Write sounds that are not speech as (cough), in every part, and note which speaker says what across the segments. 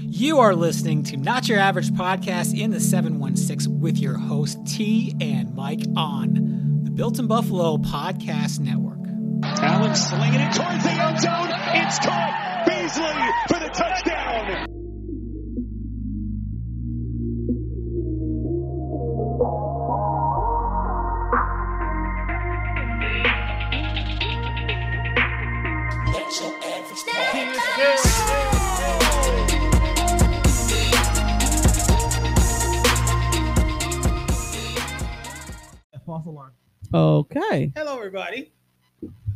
Speaker 1: You are listening to Not Your Average Podcast in the 716 with your host T and Mike on the Built in Buffalo Podcast Network.
Speaker 2: Allen slinging it towards the end zone. It's caught. Beasley for the touchdown.
Speaker 3: false alarm.
Speaker 4: Okay.
Speaker 3: Hello, everybody.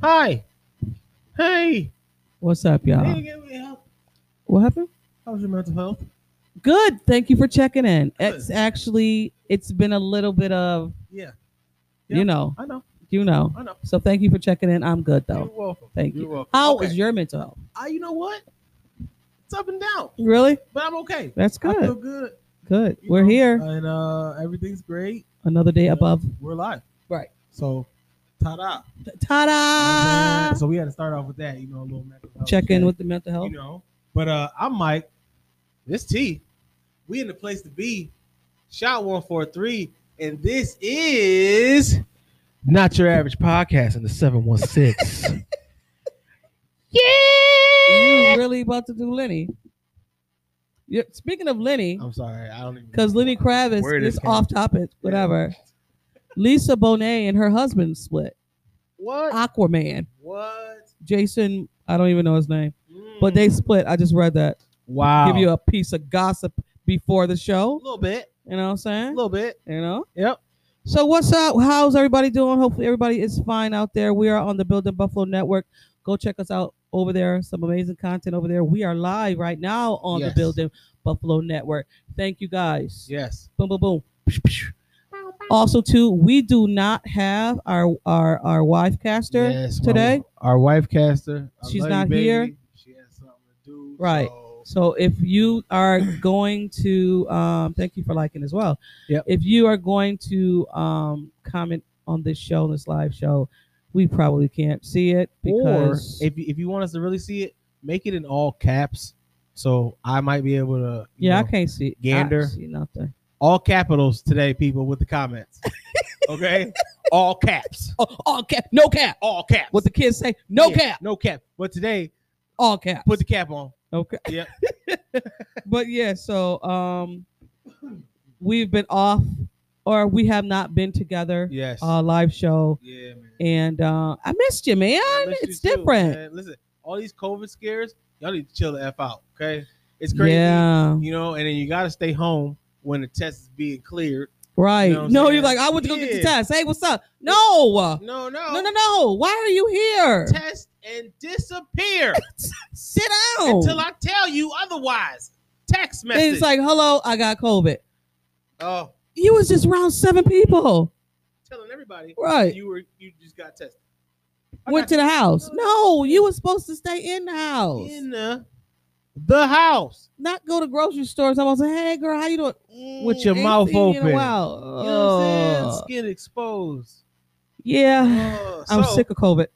Speaker 4: Hi.
Speaker 3: Hey.
Speaker 4: What's up, y'all?
Speaker 3: Hey, give me help.
Speaker 4: What happened?
Speaker 3: How's your mental health?
Speaker 4: Good. Thank you for checking in.
Speaker 3: Good.
Speaker 4: It's actually it's been a little bit of
Speaker 3: Yeah. Yeah.
Speaker 4: you know,
Speaker 3: I know.
Speaker 4: you know.
Speaker 3: I know.
Speaker 4: So thank you for checking in. I'm good
Speaker 3: You're
Speaker 4: though.
Speaker 3: welcome.
Speaker 4: Thank
Speaker 3: You're
Speaker 4: you.
Speaker 3: welcome.
Speaker 4: How
Speaker 3: okay.
Speaker 4: is your mental health?
Speaker 3: I, you know what? It's up and down,
Speaker 4: Really?
Speaker 3: but I'm okay.
Speaker 4: That's
Speaker 3: I feel
Speaker 4: good.
Speaker 3: good.
Speaker 4: Good.
Speaker 3: you
Speaker 4: We're
Speaker 3: know,
Speaker 4: here.
Speaker 3: And uh, everything's great.
Speaker 4: Another day
Speaker 3: Uh,
Speaker 4: above.
Speaker 3: We're live.
Speaker 4: Right.
Speaker 3: So, ta da.
Speaker 4: Ta-da!
Speaker 3: so, we had to start off with that, you know, a little mental health
Speaker 4: Check in
Speaker 3: check,
Speaker 4: with the mental health.
Speaker 3: You know, but uh, I'm Mike. This T. We in the place to be. Shot 143. And this is.
Speaker 5: Not your average podcast in the
Speaker 4: (laughs)
Speaker 5: 716.
Speaker 4: You really about to do Lenny? Yeah, speaking of Lenny,
Speaker 3: I'm sorry. I don't even.
Speaker 4: because Lenny Kravitz
Speaker 5: Where this
Speaker 4: is
Speaker 5: came
Speaker 4: off topic, whatever. Lisa Bonet and her husband split.
Speaker 3: What?
Speaker 4: Aquaman.
Speaker 3: What?
Speaker 4: Jason, I don't even know his name, but
Speaker 3: Mm.
Speaker 4: they split. I just read that.
Speaker 3: wow.
Speaker 4: Give you a piece of gossip before the show.
Speaker 3: little bit,
Speaker 4: You know what I'm
Speaker 3: a
Speaker 4: saying?
Speaker 3: little bit.
Speaker 4: You know?
Speaker 3: Yep.
Speaker 4: So what's up? How's everybody doing? Hopefully everybody is fine out there. We are on the Building Buffalo Network. Go check us out over there. Some amazing content over there. We are live right now on
Speaker 3: Yes.
Speaker 4: the Building Buffalo Network. Thank you guys.
Speaker 3: Yes.
Speaker 4: Boom, boom, boom. Also, too, we do not have our our our wife caster.
Speaker 3: yes, my-
Speaker 4: today?
Speaker 3: our wife caster. I
Speaker 4: She's
Speaker 3: love you,
Speaker 4: not
Speaker 3: baby.
Speaker 4: here.
Speaker 3: She has something to do.
Speaker 4: Right.
Speaker 3: so-
Speaker 4: So if you are going to, um, thank you for liking as well.
Speaker 3: Yep.
Speaker 4: If you are going to um, comment on this show, this live show, we probably can't see it because
Speaker 3: or if you- if you want us to really see it, make it in all caps. So I might be able to. you
Speaker 4: yeah,
Speaker 3: know,
Speaker 4: I can't see. I
Speaker 3: gander.
Speaker 4: see nothing.
Speaker 3: All capitals today, people, with the
Speaker 4: (laughs)
Speaker 3: comments. okay. All caps.
Speaker 4: Oh, all cap, no cap.
Speaker 3: All caps.
Speaker 4: What the kids say, no
Speaker 3: Yeah,
Speaker 4: cap,
Speaker 3: No cap. But today,
Speaker 4: all cap.
Speaker 3: put the cap on.
Speaker 4: Okay.
Speaker 3: Yep.
Speaker 4: (laughs) but yeah, so um, we've been off, or we have not been together.
Speaker 3: Yes.
Speaker 4: Uh, live show,
Speaker 3: yeah, man.
Speaker 4: and uh, I missed you, man.
Speaker 3: I miss
Speaker 4: it's
Speaker 3: you too,
Speaker 4: different.
Speaker 3: man. Listen, all these COVID scares, y'all need to chill the f out. Okay, it's crazy.
Speaker 4: Yeah.
Speaker 3: You know, and then you got to stay home when the test is being cleared.
Speaker 4: Right.
Speaker 3: You know what I'm
Speaker 4: no,
Speaker 3: saying?
Speaker 4: you're like, I went to go get the
Speaker 3: Yeah.
Speaker 4: test. Hey, what's up? No.
Speaker 3: No, no,
Speaker 4: No, no, no. Why are you here?
Speaker 3: Test and disappear
Speaker 4: Sit down.
Speaker 3: until I tell you otherwise. Text
Speaker 4: And
Speaker 3: message.
Speaker 4: it's like, hello, I got COVID.
Speaker 3: oh,
Speaker 4: You was just around seven people.
Speaker 3: telling everybody
Speaker 4: Right.
Speaker 3: you were you just got tested. I
Speaker 4: Went to
Speaker 3: got
Speaker 4: the house. No, you was supposed to stay in the house.
Speaker 3: in the, the house.
Speaker 4: Not go to grocery stores. I was like, hey, girl, how you doing? Mm,
Speaker 3: With your
Speaker 4: ain't
Speaker 3: mouth
Speaker 4: seen you in a
Speaker 3: open.
Speaker 4: while.
Speaker 3: You know what I'm
Speaker 4: Uh,
Speaker 3: saying? Skin exposed.
Speaker 4: Yeah.
Speaker 3: Oh,
Speaker 4: (sighs) I'm
Speaker 3: so,
Speaker 4: sick of COVID.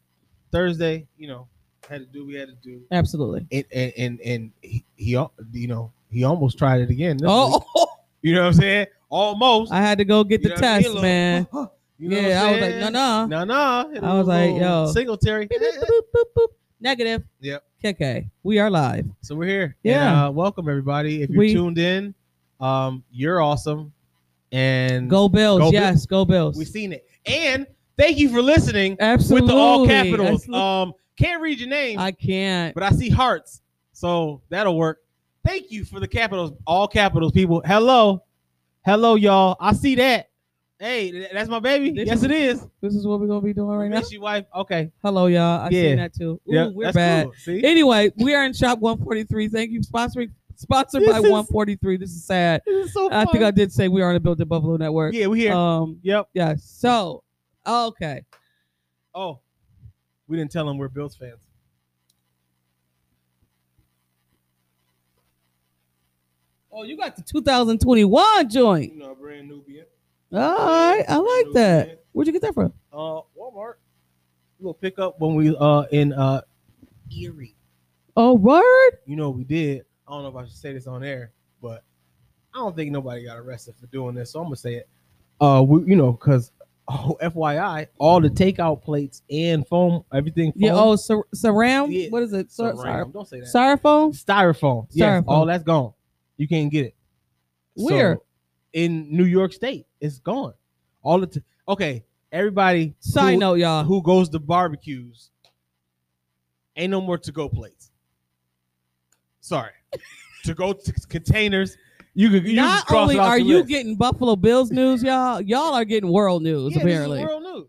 Speaker 3: Thursday, you know, had to do what we had to do.
Speaker 4: Absolutely.
Speaker 3: and and and, and he, he al- you know he almost tried it again. this week.
Speaker 4: Oh, (laughs)
Speaker 3: you know what I'm saying? Almost.
Speaker 4: I had to go get
Speaker 3: You know
Speaker 4: the
Speaker 3: what I mean?
Speaker 4: test,
Speaker 3: Little-
Speaker 4: man.
Speaker 3: (laughs) You know
Speaker 4: yeah, I
Speaker 3: what
Speaker 4: was
Speaker 3: I'm
Speaker 4: like, no,
Speaker 3: saying? no,
Speaker 4: no.
Speaker 3: no. Hit a
Speaker 4: I was like,
Speaker 3: little
Speaker 4: yo.
Speaker 3: Singletary.
Speaker 4: Beep, beep, boop, boop, boop. Negative.
Speaker 3: Yep.
Speaker 4: KK. We are live.
Speaker 3: so we're here.
Speaker 4: Yeah.
Speaker 3: And, uh, welcome everybody. If you're
Speaker 4: We-
Speaker 3: tuned in, um, you're awesome, and
Speaker 4: Go Bills.
Speaker 3: Go Bill-
Speaker 4: yes, go Bills.
Speaker 3: we've seen it. And thank you for listening
Speaker 4: Absolutely.
Speaker 3: with the all capitals.
Speaker 4: Absolutely.
Speaker 3: Um, can't read your name,
Speaker 4: I can't.
Speaker 3: but I see hearts, so that'll work. Thank you for the capitals, all capitals, people. Hello, hello, y'all. I see that. Hey, th- that's my baby.
Speaker 4: This
Speaker 3: yes,
Speaker 4: is-
Speaker 3: it is.
Speaker 4: This is what we're gonna be doing right now.
Speaker 3: Miss your wife. Okay.
Speaker 4: Hello, y'all. I
Speaker 3: Yeah.
Speaker 4: seen that too. Ooh,
Speaker 3: Yeah,
Speaker 4: we're
Speaker 3: that's
Speaker 4: bad.
Speaker 3: cool. See,
Speaker 4: Anyway, we are in shop 143. Thank you. Sponsoring sponsored
Speaker 3: This
Speaker 4: by
Speaker 3: is-
Speaker 4: 143. This is sad.
Speaker 3: This is so
Speaker 4: I think I
Speaker 3: fun.
Speaker 4: did say we are on the Built in Buffalo Network.
Speaker 3: Yeah, we here.
Speaker 4: Um
Speaker 3: yep.
Speaker 4: yeah. So okay.
Speaker 3: Oh, we didn't tell them we're Bills fans.
Speaker 4: Oh, you got the 2021 joint.
Speaker 3: know, brand Nubian.
Speaker 4: All right. I like that. Where'd you get that from?
Speaker 3: Uh, Walmart. We'll pick up when we uh in uh Erie.
Speaker 4: Oh, word.
Speaker 3: You know what we did? I don't know if I should say this on air, but I don't think nobody got arrested for doing this, so I'm gonna say it. Uh, we, you know, because (laughs) oh, FYI, all the takeout plates and foam, everything. Foam,
Speaker 4: Yeah. Oh, sur- surround.
Speaker 3: Yeah.
Speaker 4: What is it? Sur-
Speaker 3: Saran.
Speaker 4: sar-
Speaker 3: Don't say that.
Speaker 4: styrofoam.
Speaker 3: styrofoam. Yes,
Speaker 4: Styrofoam.
Speaker 3: all that's gone. You can't get it.
Speaker 4: Where?
Speaker 3: So, in New York State, it's gone. All the t- okay. Everybody
Speaker 4: Side
Speaker 3: who,
Speaker 4: note, y'all.
Speaker 3: Uh, who goes to barbecues ain't no more to go plates. (laughs) Sorry, to go t- containers. You could you
Speaker 4: Not
Speaker 3: just cross
Speaker 4: only
Speaker 3: it off
Speaker 4: are
Speaker 3: the
Speaker 4: you
Speaker 3: list.
Speaker 4: getting Buffalo Bills news, y'all, y'all are getting world news
Speaker 3: yeah,
Speaker 4: apparently.
Speaker 3: This is world news.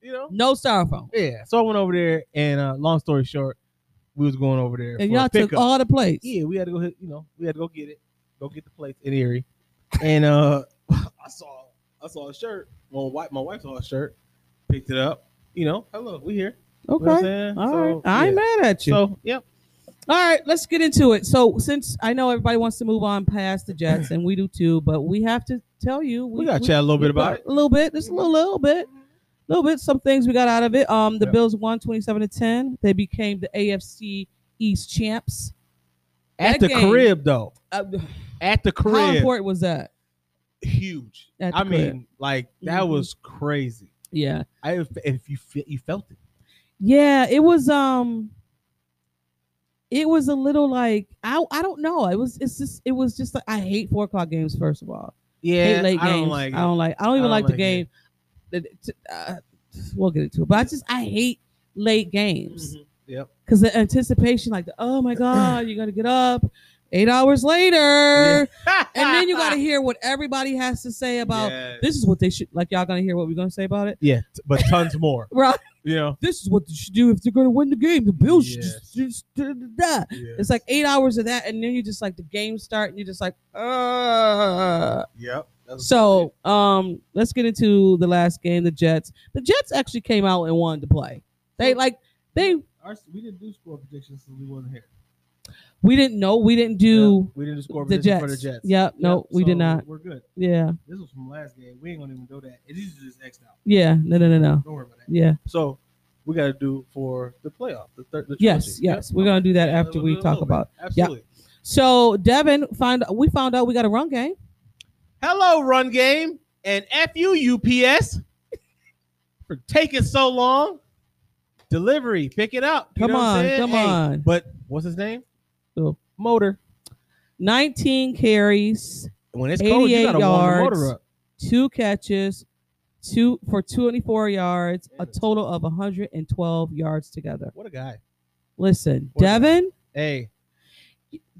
Speaker 3: You know.
Speaker 4: No styrofoam.
Speaker 3: Yeah. So I went over there, and uh, long story short, we was going over there.
Speaker 4: And
Speaker 3: for a
Speaker 4: y'all took
Speaker 3: pickup.
Speaker 4: all the plates.
Speaker 3: yeah, we had to go hit, you know, we had to go get it, go get the plates in Erie. And uh (laughs) I saw I saw a shirt. Well, wife, my wife saw a shirt, picked it up. You know, hello, we here. You know what I'm
Speaker 4: Okay.
Speaker 3: saying?
Speaker 4: All
Speaker 3: So,
Speaker 4: right. I ain't
Speaker 3: yeah.
Speaker 4: mad at you.
Speaker 3: So, yep.
Speaker 4: All right, let's get into it. So, since I know everybody wants to move on past the Jets, and we do too, but we have to tell you
Speaker 3: We got to chat a little bit about it.
Speaker 4: a little bit, just a little, little bit, little bit. Some things we got out of it. Um, the
Speaker 3: Yep.
Speaker 4: Bills won twenty-seven to ten. They became the AFC East champs.
Speaker 3: At
Speaker 4: that
Speaker 3: the
Speaker 4: game-
Speaker 3: crib though.
Speaker 4: Uh,
Speaker 3: At the
Speaker 4: how
Speaker 3: crib.
Speaker 4: important was that?
Speaker 3: Huge.
Speaker 4: At the
Speaker 3: I
Speaker 4: crib.
Speaker 3: mean, like that
Speaker 4: Mhm.
Speaker 3: was crazy.
Speaker 4: yeah,
Speaker 3: I if, if you fe- you felt it.
Speaker 4: yeah, it was. Um, it was a little like I, I don't know. It was, it's just, it was just like I hate four o'clock games. First of all,
Speaker 3: Yeah,
Speaker 4: hate late
Speaker 3: I don't
Speaker 4: games.
Speaker 3: like it.
Speaker 4: I don't like. I don't even
Speaker 3: I don't
Speaker 4: like, the
Speaker 3: like
Speaker 4: game.
Speaker 3: it.
Speaker 4: that- t- uh, we'll get into it, but I just I hate late games
Speaker 3: Mhm. (laughs) Yep.
Speaker 4: because the anticipation, like the
Speaker 3: (clears throat)
Speaker 4: oh my god, you gotta get up eight hours later, and then
Speaker 3: (laughs)
Speaker 4: you gotta hear what everybody has to say about
Speaker 3: Yes.
Speaker 4: this is what they should like. Y'all gonna hear what we're gonna say about it,
Speaker 3: Yeah, t- but tons
Speaker 4: (laughs)
Speaker 3: more.
Speaker 4: right?
Speaker 3: You know.
Speaker 4: This is what they should do if they're gonna win the game. The Bills should
Speaker 3: Yes.
Speaker 4: just, just da, da, da. It's like eight hours of that, and then you just like the game start, and you're just like, uh
Speaker 3: Yep. That's-
Speaker 4: So um, let's get into the last game, the Jets. The Jets actually came out and wanted to play. They like they
Speaker 3: Our, we didn't do score predictions since we wasn't here.
Speaker 4: we didn't know we didn't do
Speaker 3: we didn't do score
Speaker 4: the,
Speaker 3: predictions
Speaker 4: Jets.
Speaker 3: for the Jets.
Speaker 4: Yep, no,
Speaker 3: Yep,
Speaker 4: we did
Speaker 3: so
Speaker 4: not.
Speaker 3: We're good.
Speaker 4: Yeah,
Speaker 3: This was from last game. We ain't gonna even do that. It is just X out.
Speaker 4: yeah, no, no, no, no.
Speaker 3: Don't worry about that.
Speaker 4: Yeah,
Speaker 3: So we got to do for the playoff. The third. The
Speaker 4: yes,
Speaker 3: trilogy.
Speaker 4: yes.
Speaker 3: Yep.
Speaker 4: We're gonna do that
Speaker 3: Yeah,
Speaker 4: after
Speaker 3: we'll
Speaker 4: we
Speaker 3: do a
Speaker 4: talk
Speaker 3: little
Speaker 4: about.
Speaker 3: bit. Absolutely.
Speaker 4: So Devin find we found out we got a run game.
Speaker 3: Hello, run game and fu UPS (laughs) for taking so long. Delivery, pick it up. You
Speaker 4: Come
Speaker 3: know what I'm
Speaker 4: on,
Speaker 3: saying?
Speaker 4: come
Speaker 3: Hey,
Speaker 4: on.
Speaker 3: But what's his name?
Speaker 4: Who?
Speaker 3: Motor.
Speaker 4: Nineteen carries,
Speaker 3: When it's cold, you
Speaker 4: 88
Speaker 3: gotta warm the
Speaker 4: yards.
Speaker 3: motor up.
Speaker 4: two catches, two for twenty-four yards, a total of hundred and twelve yards together.
Speaker 3: What a guy.
Speaker 4: Listen,
Speaker 3: What about-
Speaker 4: Devin.
Speaker 3: Hey,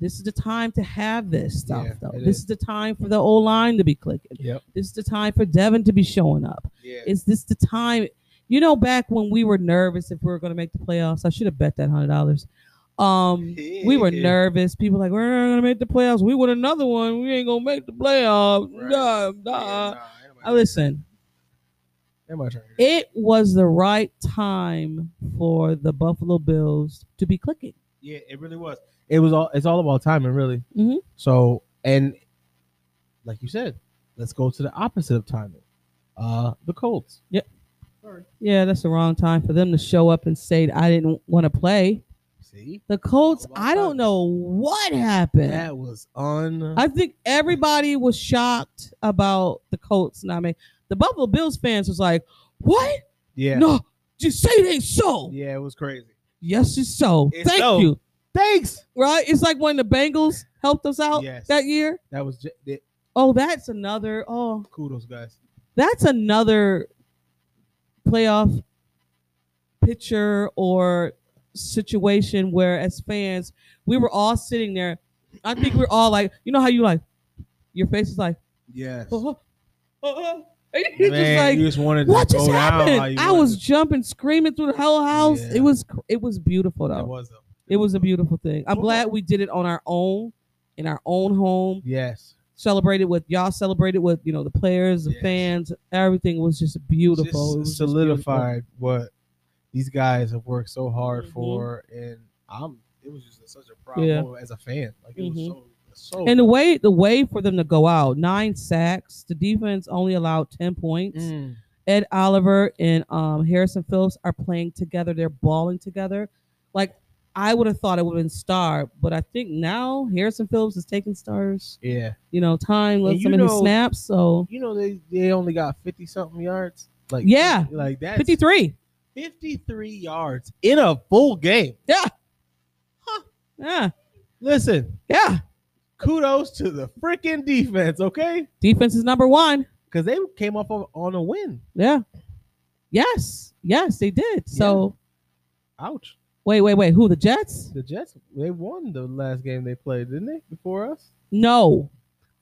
Speaker 4: this is the time to have this stuff
Speaker 3: Yeah,
Speaker 4: though.
Speaker 3: it
Speaker 4: This
Speaker 3: is.
Speaker 4: is the time for the O line to be clicking.
Speaker 3: Yep.
Speaker 4: This is the time for Devin to be showing up.
Speaker 3: yeah.
Speaker 4: Is this the time? You know, back when we were nervous if we were going to make the playoffs, I should have bet that hundred dollars. Um, we were nervous. People like we're not going to make the playoffs. We won another one. We ain't going to make the playoffs.
Speaker 3: Right.
Speaker 4: Nah, nah. I listen.
Speaker 3: Everybody trying to hear
Speaker 4: It was the right time for the Buffalo Bills to be clicking.
Speaker 3: Yeah, it really was. It was all. It's all about timing, really.
Speaker 4: Mhm.
Speaker 3: So, and like you said, let's go to the opposite of timing. Uh, the Colts.
Speaker 4: Yeah, that's the wrong time for them to show up and say I didn't want to play.
Speaker 3: See,
Speaker 4: The Colts,
Speaker 3: Oh, my
Speaker 4: I don't
Speaker 3: God.
Speaker 4: know what happened.
Speaker 3: that was un.
Speaker 4: I think everybody was shocked about the Colts. And I mean, the Buffalo Bills fans was like, "What?
Speaker 3: yeah,
Speaker 4: No, just say it ain't so.
Speaker 3: yeah, it was crazy.
Speaker 4: Yes, it's so.
Speaker 3: It's
Speaker 4: Thank
Speaker 3: so.
Speaker 4: you.
Speaker 3: Thanks.
Speaker 4: Right? It's like when the Bengals helped us out
Speaker 3: Yes.
Speaker 4: that year.
Speaker 3: That was j- that,
Speaker 4: Oh, that's another. Oh,
Speaker 3: kudos, guys.
Speaker 4: that's another playoff picture or situation where as fans we were all sitting there i think we're all like you know how you like your face is like (laughs)
Speaker 3: Yes.
Speaker 4: oh, oh, oh. And
Speaker 3: Man,
Speaker 4: you're just like
Speaker 3: you just wanted to
Speaker 4: what
Speaker 3: go
Speaker 4: just
Speaker 3: down
Speaker 4: happened
Speaker 3: how you
Speaker 4: i
Speaker 3: wanted
Speaker 4: was
Speaker 3: to.
Speaker 4: jumping screaming through the whole house
Speaker 3: Yeah.
Speaker 4: it was cr- it was beautiful
Speaker 3: That
Speaker 4: though
Speaker 3: was though.
Speaker 4: it was a beautiful thing i'm
Speaker 3: Football.
Speaker 4: glad we did it on our own in our own home
Speaker 3: Yes.
Speaker 4: celebrated with y'all celebrated with you know the players the
Speaker 3: Yes.
Speaker 4: fans everything was just beautiful It was
Speaker 3: Just
Speaker 4: just
Speaker 3: solidified what these guys have worked so hard
Speaker 4: Mhm.
Speaker 3: for, and I'm. It was just such a proud
Speaker 4: Yeah.
Speaker 3: moment as a fan. Like it
Speaker 4: Mhm.
Speaker 3: was so so.
Speaker 4: beautiful. and the way the way for them to go out nine sacks the defense only allowed 10 points
Speaker 3: Mm.
Speaker 4: ed oliver and um, harrison phillips are playing together they're balling together like I would have thought it would have been Star, but I think now Harrison Phillips is taking stars.
Speaker 3: Yeah.
Speaker 4: You know, time lets
Speaker 3: you
Speaker 4: him in his
Speaker 3: know-
Speaker 4: snaps. So
Speaker 3: You know they they only got fifty something yards. Like
Speaker 4: Yeah.
Speaker 3: like that.
Speaker 4: fifty three.
Speaker 3: 53 yards in a full game.
Speaker 4: Yeah,
Speaker 3: Listen,
Speaker 4: yeah.
Speaker 3: kudos to the freaking defense, okay?
Speaker 4: Defense is number one.
Speaker 3: Because they came off of, on a win.
Speaker 4: Yeah. Yes, yes, they did. So
Speaker 3: Ouch.
Speaker 4: wait, wait, wait. Who the Jets?
Speaker 3: The Jets, they won the last game they played, didn't they? Before us?
Speaker 4: No,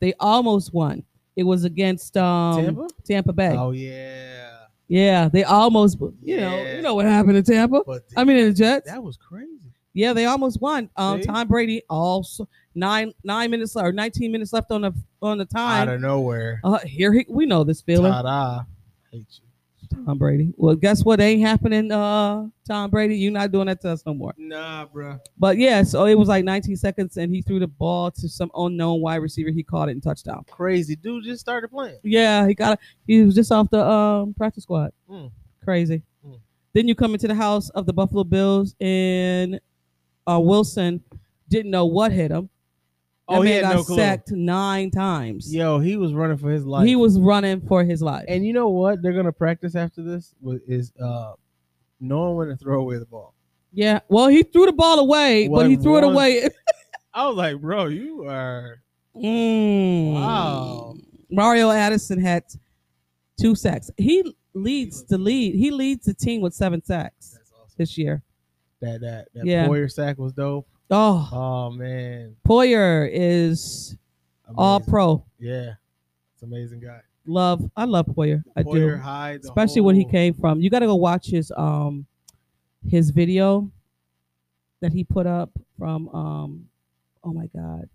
Speaker 4: they almost won. It was against um, Tampa?
Speaker 3: Tampa?
Speaker 4: Bay.
Speaker 3: Oh, yeah.
Speaker 4: Yeah, they almost. You know,
Speaker 3: Yeah.
Speaker 4: you know what happened to Tampa.
Speaker 3: But
Speaker 4: I mean, in the Jets.
Speaker 3: that was crazy.
Speaker 4: Yeah, they almost won. Um,
Speaker 3: See?
Speaker 4: Tom Brady also nine nine minutes le- or nineteen minutes left on the on the
Speaker 3: Out
Speaker 4: time.
Speaker 3: of nowhere.
Speaker 4: Uh, here he, we know this feeling,
Speaker 3: Ta-da. Hate you.
Speaker 4: Tom Brady. Well, guess what? Ain't happening, uh, Tom Brady. You're not doing that to us no more.
Speaker 3: Nah, bro.
Speaker 4: But yeah, so it was like 19 seconds, and he threw the ball to some unknown wide receiver. He caught it and touchdown.
Speaker 3: Crazy. Dude just started playing.
Speaker 4: Yeah, he got. it. He was just off the um practice squad.
Speaker 3: Mm.
Speaker 4: Crazy.
Speaker 3: Mm.
Speaker 4: Then you come into the house of the Buffalo Bills, and uh, Wilson didn't know what hit him. That
Speaker 3: Oh, he
Speaker 4: man
Speaker 3: had
Speaker 4: got
Speaker 3: no clue.
Speaker 4: sacked nine times.
Speaker 3: Yo, he was running for his life.
Speaker 4: He was running for his life.
Speaker 3: And you know what they're gonna practice after this wa- is uh knowing when to throw away the ball.
Speaker 4: yeah. Well, he threw the ball away, but
Speaker 3: One-
Speaker 4: he threw it
Speaker 3: one-
Speaker 4: away.
Speaker 3: I was like, bro, you are
Speaker 4: Mm.
Speaker 3: Wow.
Speaker 4: Mario Addison had two sacks. He leads the lead. He leads the team with seven sacks
Speaker 3: That's awesome.
Speaker 4: this year.
Speaker 3: that that that
Speaker 4: Yeah.
Speaker 3: Poyer sack was dope.
Speaker 4: Oh,
Speaker 3: Oh man,
Speaker 4: Poyer is all
Speaker 3: Amazing.
Speaker 4: pro.
Speaker 3: Yeah, it's an amazing guy.
Speaker 4: Love. I love Poyer. I
Speaker 3: Poyer
Speaker 4: do.
Speaker 3: hides a
Speaker 4: Especially when he
Speaker 3: whole-
Speaker 4: came from. You got to go watch his um his video that he put up from um oh my god.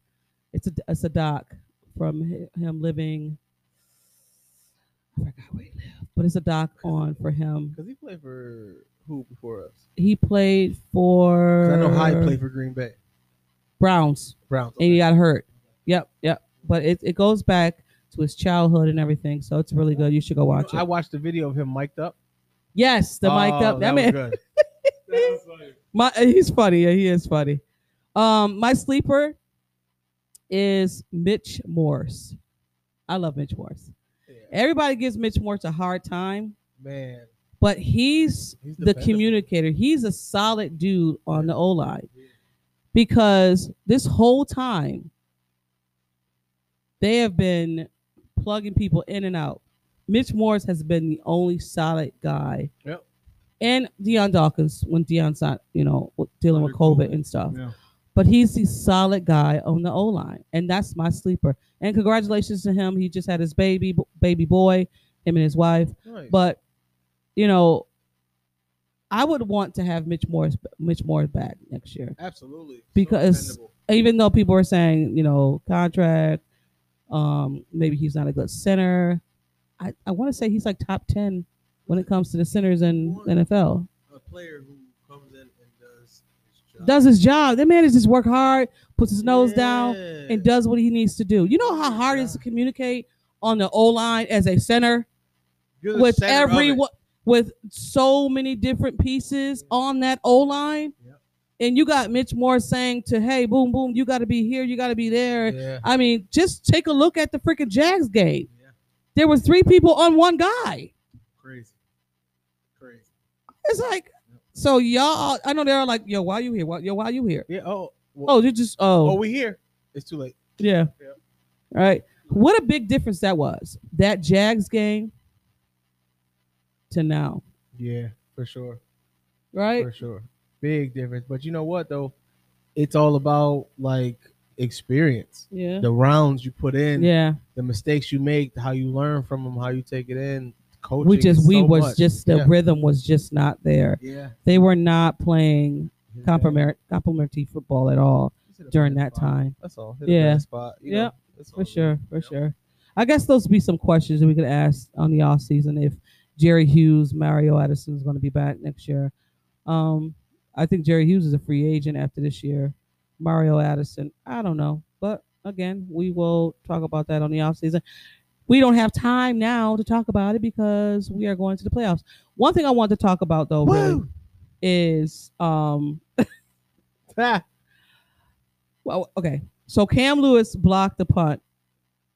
Speaker 4: It's a it's a doc from hi- him living I forgot where he lived, but it's a doc on for him.
Speaker 3: Cause he played for who before us?
Speaker 4: He played
Speaker 3: 'Cause
Speaker 4: for
Speaker 3: I know Hyde played for Green Bay
Speaker 4: Browns
Speaker 3: Browns.
Speaker 4: and he got hurt. Yep, yep. But it, it goes back to his childhood and everything, so it's really good. You should go
Speaker 3: You know,
Speaker 4: watch
Speaker 3: I
Speaker 4: it.
Speaker 3: watched the video of him mic'd up.
Speaker 4: Yes, the mic
Speaker 3: Oh,
Speaker 4: up. That
Speaker 3: was
Speaker 4: man, (laughs)
Speaker 3: good.
Speaker 4: My he's funny. Yeah, he is funny. Um, my sleeper is Mitch Morse. I love Mitch Morse.
Speaker 3: Yeah.
Speaker 4: Everybody gives Mitch Morse a hard time,
Speaker 3: Man,
Speaker 4: but he's
Speaker 3: he's
Speaker 4: the
Speaker 3: defendable.
Speaker 4: communicator. He's a solid dude on the O line
Speaker 3: Yeah.
Speaker 4: because this whole time they have been plugging people in and out. Mitch Morris has been the only solid guy.
Speaker 3: Yep.
Speaker 4: And Deion Dawkins when Deion's not, you know, w- dealing with
Speaker 3: Under
Speaker 4: COVID
Speaker 3: COVID,
Speaker 4: and stuff.
Speaker 3: yeah.
Speaker 4: But he's the solid guy on the O line, and that's my sleeper. And congratulations to him. He just had his baby, b- baby boy, him and his wife.
Speaker 3: Nice.
Speaker 4: But you know, I would want to have Mitch Morris, Mitch Morris back next year,
Speaker 3: absolutely So
Speaker 4: Because-
Speaker 3: defendable.
Speaker 4: even though people are saying, you know, contract, um, maybe he's not a good center. I, I want to say he's like top ten when it comes to the centers in NFL.
Speaker 3: a player who comes in and does his job.
Speaker 4: Does his job. That man is just work hard, puts his nose down, and
Speaker 3: Yeah.
Speaker 4: does what he needs to do. You know how hard it is to communicate on the O line as a center.
Speaker 3: You're the
Speaker 4: with
Speaker 3: center of
Speaker 4: every
Speaker 3: it.
Speaker 4: wa- with so many different pieces on that O line.
Speaker 3: Yep.
Speaker 4: And you got Mitch Moore saying to, "Hey, boom, boom, you got to be here, you got to be there."
Speaker 3: Yeah.
Speaker 4: I mean, just take a look at the freaking Jags game.
Speaker 3: Yeah.
Speaker 4: There was three people on one guy.
Speaker 3: Crazy. Crazy.
Speaker 4: It's like, so y'all, I know they're all like, "Yo, why you here? Why, yo, why you here?"
Speaker 3: Yeah. Oh. Well,
Speaker 4: Oh, you just oh,
Speaker 3: oh. we here. It's too late.
Speaker 4: Yeah.
Speaker 3: Yeah.
Speaker 4: All right. What a big difference that was. That Jags game to now,
Speaker 3: Yeah, for sure.
Speaker 4: right?
Speaker 3: For sure. Big difference. But you know what though? It's all about like experience.
Speaker 4: Yeah.
Speaker 3: The rounds you put in,
Speaker 4: Yeah.
Speaker 3: the mistakes you make, how you learn from them, how you take it in. Coaching.
Speaker 4: we just
Speaker 3: is
Speaker 4: we
Speaker 3: so
Speaker 4: was
Speaker 3: much.
Speaker 4: just the
Speaker 3: yeah.
Speaker 4: rhythm was just not there.
Speaker 3: yeah.
Speaker 4: They were not playing
Speaker 3: Hit a bad-
Speaker 4: complement complimentary football at all
Speaker 3: just hit a
Speaker 4: during
Speaker 3: bad
Speaker 4: that
Speaker 3: spot.
Speaker 4: time.
Speaker 3: That's all. Hit a
Speaker 4: Yeah.
Speaker 3: bad spot. you know,
Speaker 4: Yep,
Speaker 3: that's all
Speaker 4: For
Speaker 3: it is.
Speaker 4: sure, for
Speaker 3: Yep.
Speaker 4: sure. I guess those would be some questions that we could ask on the off season if Jerry Hughes, Mario Addison is going to be back next year. Um, I think Jerry Hughes is a free agent after this year. Mario Addison, I don't know, but again, we will talk about that on the off season. We don't have time now to talk about it because we are going to the playoffs. One thing I want to talk about though, really,
Speaker 3: Woo!
Speaker 4: is um
Speaker 3: (laughs)
Speaker 4: Well, okay. So Cam Lewis blocked the punt.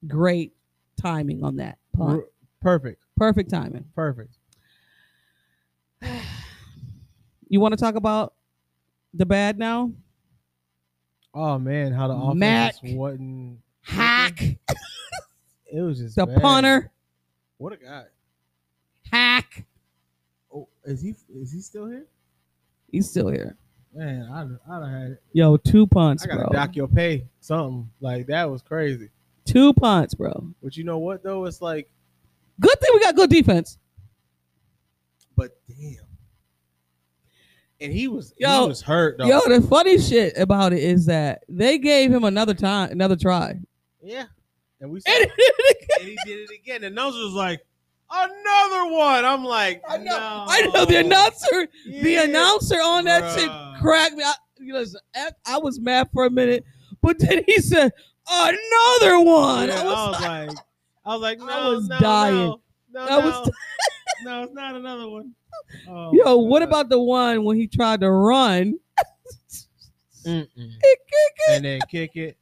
Speaker 4: Great timing on that punt.
Speaker 5: Perfect.
Speaker 4: Perfect timing.
Speaker 5: Perfect.
Speaker 4: You want to talk about the bad now?
Speaker 5: Oh man, how the offense
Speaker 4: Mac.
Speaker 5: just wasn't.
Speaker 4: Hack
Speaker 5: It was just
Speaker 4: the
Speaker 5: bad.
Speaker 4: punter.
Speaker 3: What a guy.
Speaker 4: Hack.
Speaker 3: Oh, is he is he still here?
Speaker 4: He's still here.
Speaker 5: Man, I, done- I done had it.
Speaker 4: Yo, two punts,
Speaker 3: I gotta
Speaker 4: bro.
Speaker 3: dock your pay. Something like that was crazy.
Speaker 4: Two punts, bro.
Speaker 3: But you know what though? It's like,
Speaker 4: Good thing we got good defense.
Speaker 3: but damn. And he was
Speaker 4: Yo,
Speaker 3: he was hurt though.
Speaker 4: Yo, the funny shit about it is that they gave him another time, another try. (laughs)
Speaker 3: yeah. And we saw,
Speaker 4: And-
Speaker 3: and he did it again. And those was like another one. I'm like,
Speaker 4: I know,
Speaker 3: no.
Speaker 4: I know the announcer, the
Speaker 3: Yeah.
Speaker 4: announcer on that
Speaker 3: Bruh.
Speaker 4: shit cracked me. I, you know, I- I was mad for a minute, but then he said another one.
Speaker 3: Yeah,
Speaker 4: I was,
Speaker 3: like, I was like, no,
Speaker 4: I was
Speaker 3: no,
Speaker 4: dying.
Speaker 3: No, no,
Speaker 4: I was
Speaker 3: no.
Speaker 4: (laughs)
Speaker 3: no, it's not another one. Oh,
Speaker 4: yo, what
Speaker 3: God.
Speaker 4: about the one when he tried to run?
Speaker 5: Mm-mm.
Speaker 4: It kicked it.
Speaker 5: And then kick it.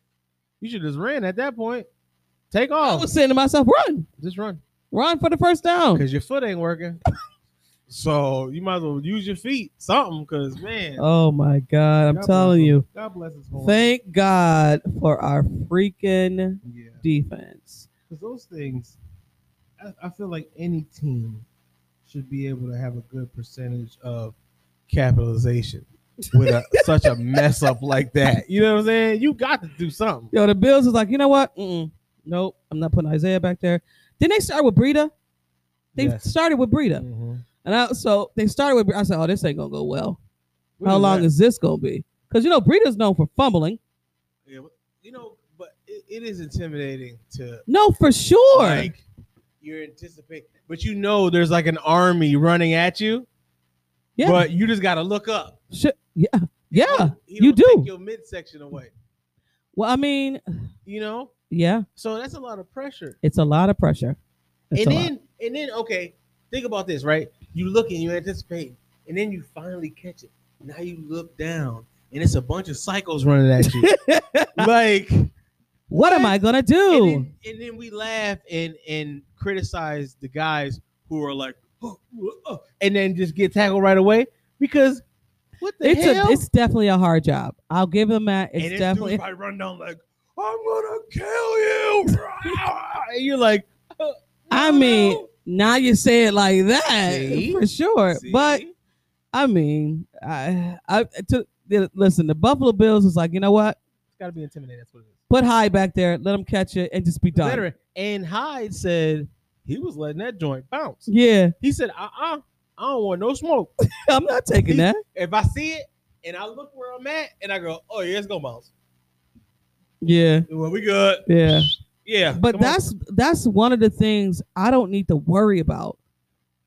Speaker 3: You should just ran at that point. Take
Speaker 4: I
Speaker 3: off.
Speaker 4: was saying to myself, run,
Speaker 5: Just run
Speaker 4: run for the first down.
Speaker 5: because your foot ain't working.
Speaker 3: So you might as well use your feet, something, because man,
Speaker 4: Oh my god,
Speaker 3: God
Speaker 4: I'm
Speaker 3: bless
Speaker 4: telling
Speaker 3: him.
Speaker 4: you.
Speaker 3: God bless his heart.
Speaker 4: Thank God for our freaking
Speaker 3: yeah,
Speaker 4: defense.
Speaker 3: because those things, I, I feel like any team should be able to have a good percentage of capitalization with
Speaker 4: (laughs)
Speaker 3: a, such a mess up like that. You know what I'm saying? You got to do something.
Speaker 4: Yo, the Bills was like, you know what? Mm-mm. Nope, I'm not putting Isaiah back there. Then they start with Breida. They
Speaker 3: Yes.
Speaker 4: started with Breida,
Speaker 3: Mhm.
Speaker 4: and I, so they started with. Breida. I said, oh, this ain't gonna go well.
Speaker 3: What
Speaker 4: How
Speaker 3: is
Speaker 4: long
Speaker 3: that?
Speaker 4: is this gonna be? Because you know Breida's known for fumbling.
Speaker 3: Yeah, but- you know, but it, it is intimidating to
Speaker 4: No, for sure.
Speaker 3: like you're anticipating, but you know there's like an army running at you,
Speaker 4: yeah,
Speaker 3: but you just gotta look up.
Speaker 4: Shit. yeah, yeah.
Speaker 3: He
Speaker 4: you
Speaker 3: don't
Speaker 4: do.
Speaker 3: take your midsection away.
Speaker 4: Well, I mean,
Speaker 3: You know,
Speaker 4: yeah,
Speaker 3: so that's a lot of pressure.
Speaker 4: it's a lot of pressure. It's
Speaker 3: and
Speaker 4: a lot.
Speaker 3: then, and then, okay, think about this, right? You look and you anticipate, and then you finally catch it. Now you look down, and it's a bunch of cycles running at you.
Speaker 4: (laughs)
Speaker 3: like,
Speaker 4: what am I gonna
Speaker 3: and
Speaker 4: do?
Speaker 3: then, and then we laugh and and criticize the guys who are like, "Oh, oh, oh," and then just get tackled right away because what the
Speaker 4: It's
Speaker 3: hell?
Speaker 4: a, it's definitely a hard job. I'll give them that.
Speaker 3: and
Speaker 4: It's
Speaker 3: this
Speaker 4: definitely
Speaker 3: dude probably run down like, I'm gonna kill you. (laughs) and you're like, "Uh,
Speaker 4: I
Speaker 3: no,
Speaker 4: mean,
Speaker 3: no."
Speaker 4: now you say it like that
Speaker 3: See?
Speaker 4: for sure.
Speaker 3: See?
Speaker 4: But I mean, I, I to, the- listen. The Buffalo Bills is like, you know what?
Speaker 3: it's gotta be intimidating. That's what it is.
Speaker 4: Put high back there, let them catch it, and just be done.
Speaker 3: Veteran. And Hyde said he was letting that joint bounce.
Speaker 4: Yeah,
Speaker 3: He said, uh uh I don't want no smoke.
Speaker 4: I'm not taking that.
Speaker 3: if I see it and I look where I'm at and I go, oh yeah, it's gonna bounce.
Speaker 4: Yeah,
Speaker 3: Well, we good.
Speaker 4: yeah.
Speaker 3: Yeah.
Speaker 4: But
Speaker 3: come on.
Speaker 4: that's that's one of the things I don't need to worry about.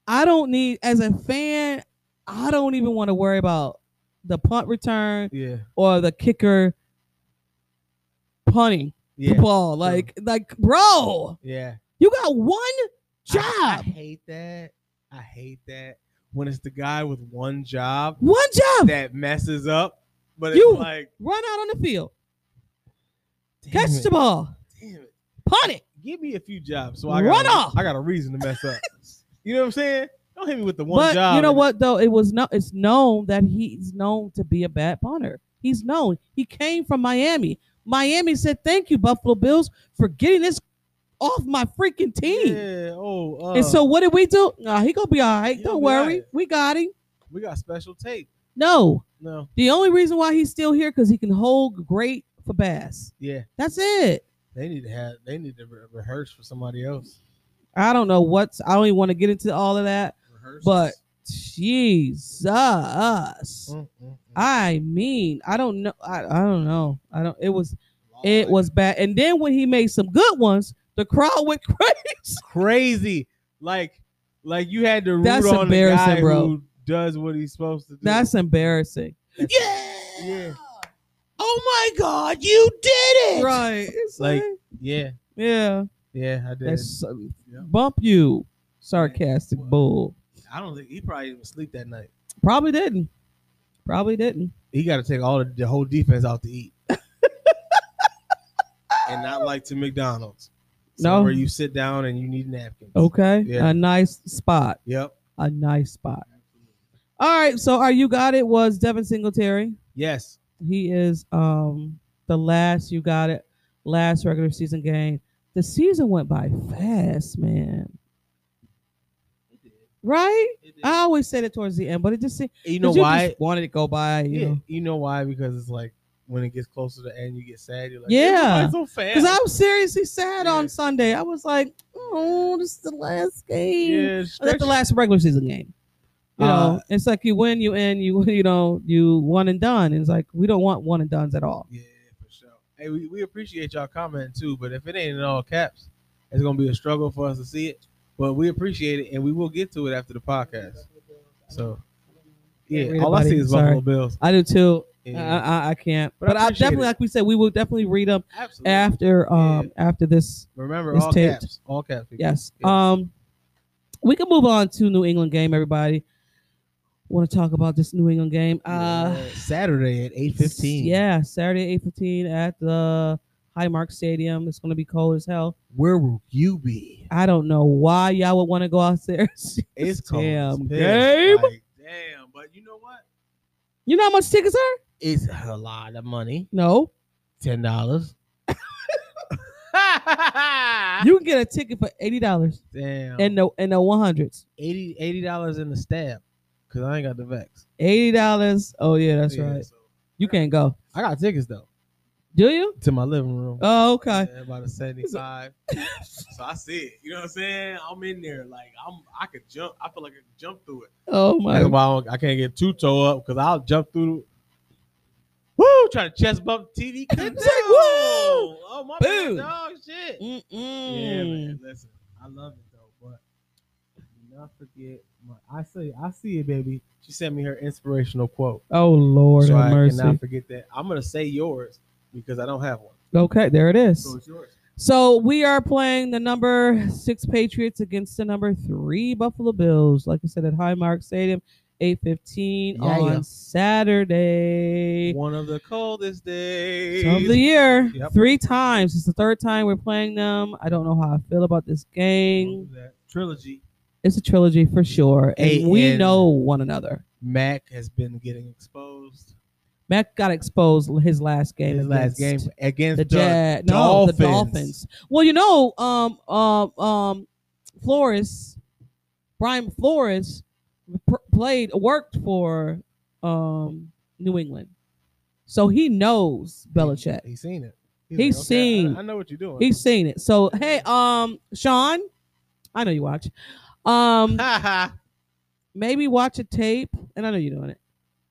Speaker 4: I don't need as a fan. I don't even want to worry about the punt return
Speaker 3: yeah.
Speaker 4: or the kicker punting
Speaker 3: Yeah.
Speaker 4: the ball. Like, like, bro.
Speaker 3: Yeah.
Speaker 4: You got one job.
Speaker 3: I, I hate that. I hate that when it's the guy with one job
Speaker 4: one job.
Speaker 3: that messes up, but it's
Speaker 4: You-
Speaker 3: like
Speaker 4: Run out on the field.
Speaker 3: damn
Speaker 4: Catch
Speaker 3: it,
Speaker 4: the ball.
Speaker 3: damn it.
Speaker 4: Punt it.
Speaker 3: Give me a few jobs so I got
Speaker 4: Run off.
Speaker 3: I got a reason to mess up. you know what I'm saying? Don't hit me with the one
Speaker 4: but
Speaker 3: job.
Speaker 4: you know
Speaker 3: and-
Speaker 4: what though? It was no it's known that he's known to be a bad punter. He's known. He came from Miami. Miami said, Thank you, Buffalo Bills, for getting this off my freaking team.
Speaker 3: Yeah. Oh. Uh,
Speaker 4: And so what did we do? Nah, he gonna be all right.
Speaker 3: He'll
Speaker 4: Don't
Speaker 3: be all
Speaker 4: worry.
Speaker 3: right.
Speaker 4: We got him.
Speaker 3: we got special tape.
Speaker 4: No.
Speaker 3: No.
Speaker 4: The only reason why he's still here because he can hold great for bass.
Speaker 3: Yeah.
Speaker 4: That's it.
Speaker 3: They need to have. They need to re- rehearse for somebody else.
Speaker 4: I don't know what's. I don't even want to get into all of that.
Speaker 3: Rehearse.
Speaker 4: But Jesus,
Speaker 3: Mm,
Speaker 4: I mean, I don't know. I, I don't know. I don't. It was it was bad. And then when he made some good ones, the crowd went (laughs) crazy.
Speaker 3: crazy. Like, like you had to root
Speaker 4: That's
Speaker 3: on the guy
Speaker 4: embarrassing, bro.
Speaker 3: who does what he's supposed to do.
Speaker 4: That's embarrassing.
Speaker 3: yeah, yeah,
Speaker 4: Oh my God, you did it! Right. It's
Speaker 3: Like-
Speaker 4: like,
Speaker 3: yeah,
Speaker 4: yeah,
Speaker 3: yeah. I did.
Speaker 4: that's
Speaker 3: Yeah.
Speaker 4: bump you, sarcastic bull.
Speaker 3: I don't think he probably didn't sleep that night.
Speaker 4: Probably didn't. Probably didn't.
Speaker 3: He got to take all the, the whole defense out to
Speaker 4: (laughs)
Speaker 3: eat, and not like to McDonald's.
Speaker 4: No.
Speaker 3: where you sit down and you need napkins.
Speaker 4: Okay.
Speaker 3: Yeah.
Speaker 4: A nice spot.
Speaker 3: Yep.
Speaker 4: A nice spot. All right. So our you got it was Devin Singletary.
Speaker 3: Yes.
Speaker 4: He is um the last you got it, last regular season game. The season went by fast, man. Right? I always said it towards the end, but it just seemed
Speaker 3: You know
Speaker 4: Ah, you
Speaker 3: why?
Speaker 4: just wanted it to go by, you
Speaker 3: yeah.
Speaker 4: know.
Speaker 3: You know why? Because it's like when it gets closer to the end, you get sad. You're like,
Speaker 4: Yeah.
Speaker 3: "Everybody's so fast.
Speaker 4: Because I was seriously sad
Speaker 3: Yeah.
Speaker 4: on Sunday. I was like, oh, this is the last game.
Speaker 3: yeah,
Speaker 4: That's
Speaker 3: stretch-
Speaker 4: the last regular season game. You know,
Speaker 3: Uh,
Speaker 4: it's like you win, you in, you (laughs) you know, you one and done. And it's like we don't want one and done's at all.
Speaker 3: Yeah, for sure. Hey, we, we appreciate y'all commenting too, but if it ain't in all caps, it's gonna be a struggle for us to see it. But we appreciate it, and we will get to it after the podcast. So, yeah,
Speaker 4: Read
Speaker 3: all I
Speaker 4: about
Speaker 3: see
Speaker 4: it.
Speaker 3: is
Speaker 4: Sorry.
Speaker 3: Buffalo
Speaker 4: Uh,
Speaker 3: Bills.
Speaker 4: I do too.
Speaker 3: Yeah,
Speaker 4: I, I I can't,
Speaker 3: But I
Speaker 4: but, I,
Speaker 3: appreciate
Speaker 4: definitely
Speaker 3: it.
Speaker 4: like we said we will definitely read them
Speaker 3: absolutely.
Speaker 4: after um after this.
Speaker 3: Remember,
Speaker 4: it's
Speaker 3: all
Speaker 4: taped.
Speaker 3: caps, all caps. people.
Speaker 4: Yes.
Speaker 3: Yeah.
Speaker 4: Um, we can move on to New England game. Everybody want to talk about this New England game? Uh,
Speaker 3: Yeah, Saturday at eight fifteen.
Speaker 4: Yeah, Saturday eight fifteen at the Highmark Stadium. It's gonna be cold as hell.
Speaker 3: where will you be?
Speaker 4: I don't know why y'all would want to go out there. (laughs)
Speaker 3: It's cold. as
Speaker 4: Damn
Speaker 3: piss.
Speaker 4: game.
Speaker 3: Like, damn, but you know what?
Speaker 4: You know how much tickets are?
Speaker 3: It's a lot of money.
Speaker 4: No,
Speaker 3: Ten (laughs) dollars.
Speaker 4: you can get a ticket for eighty dollars
Speaker 3: Damn.
Speaker 4: and the and the one hundreds.
Speaker 3: 80 dollars in the stab because I ain't got the vex.
Speaker 4: Eighty dollars. Oh yeah, that's
Speaker 3: Yeah,
Speaker 4: right.
Speaker 3: so-
Speaker 4: You can't go.
Speaker 3: I got tickets though
Speaker 4: Do you?
Speaker 3: to my living room.
Speaker 4: Oh okay.
Speaker 3: Yeah, about a seventy five. so I see it. You know what I'm saying? I'm in there like I'm. I could jump. I feel like I could jump through it.
Speaker 4: Oh my.
Speaker 3: That's why I, don't- I can't get too toe up because I'll jump through. Woo! Trying to chest bump the TV.
Speaker 4: (laughs) It's like,
Speaker 3: No!
Speaker 4: woo!
Speaker 3: Oh my
Speaker 4: Boom.
Speaker 3: bad dog shit.
Speaker 4: Mm-mm.
Speaker 3: Yeah,
Speaker 4: Mm.
Speaker 3: man. Listen, I love it though, but do not forget my. I say, I see it, baby. She sent me her inspirational quote,
Speaker 4: Oh Lord
Speaker 3: so
Speaker 4: have
Speaker 3: I
Speaker 4: mercy.
Speaker 3: cannot forget that. I'm gonna say yours because I don't have one.
Speaker 4: Okay, there it is.
Speaker 3: So it's yours.
Speaker 4: So we are playing the number six Patriots against the number three Buffalo Bills. Like I said, at Highmark Stadium, eight fifteen
Speaker 3: Yeah,
Speaker 4: on
Speaker 3: yeah.
Speaker 4: Saturday
Speaker 3: One of the coldest days.
Speaker 4: of the year.
Speaker 3: Yep.
Speaker 4: Three times. It's the third time we're playing them. I don't know how I feel about this game.
Speaker 3: That trilogy.
Speaker 4: It's a trilogy for sure, and
Speaker 3: Hey,
Speaker 4: we
Speaker 3: and-
Speaker 4: know one another.
Speaker 3: Mac has been getting exposed.
Speaker 4: Mac got exposed his last game.
Speaker 3: His last game
Speaker 4: against
Speaker 3: against
Speaker 4: the Jets. No, the Dolphins. Well, you know, um, um, um, Flores, Brian Flores, pr- played worked for um New England, so he knows Belichick.
Speaker 3: He's seen it.
Speaker 4: He's
Speaker 3: like,
Speaker 4: seen.
Speaker 3: I, I know what you're doing.
Speaker 4: He's seen it. So hey, um, Sean, I know you watch. Um,
Speaker 3: ha ha.
Speaker 4: maybe watch a tape, and I know you're doing it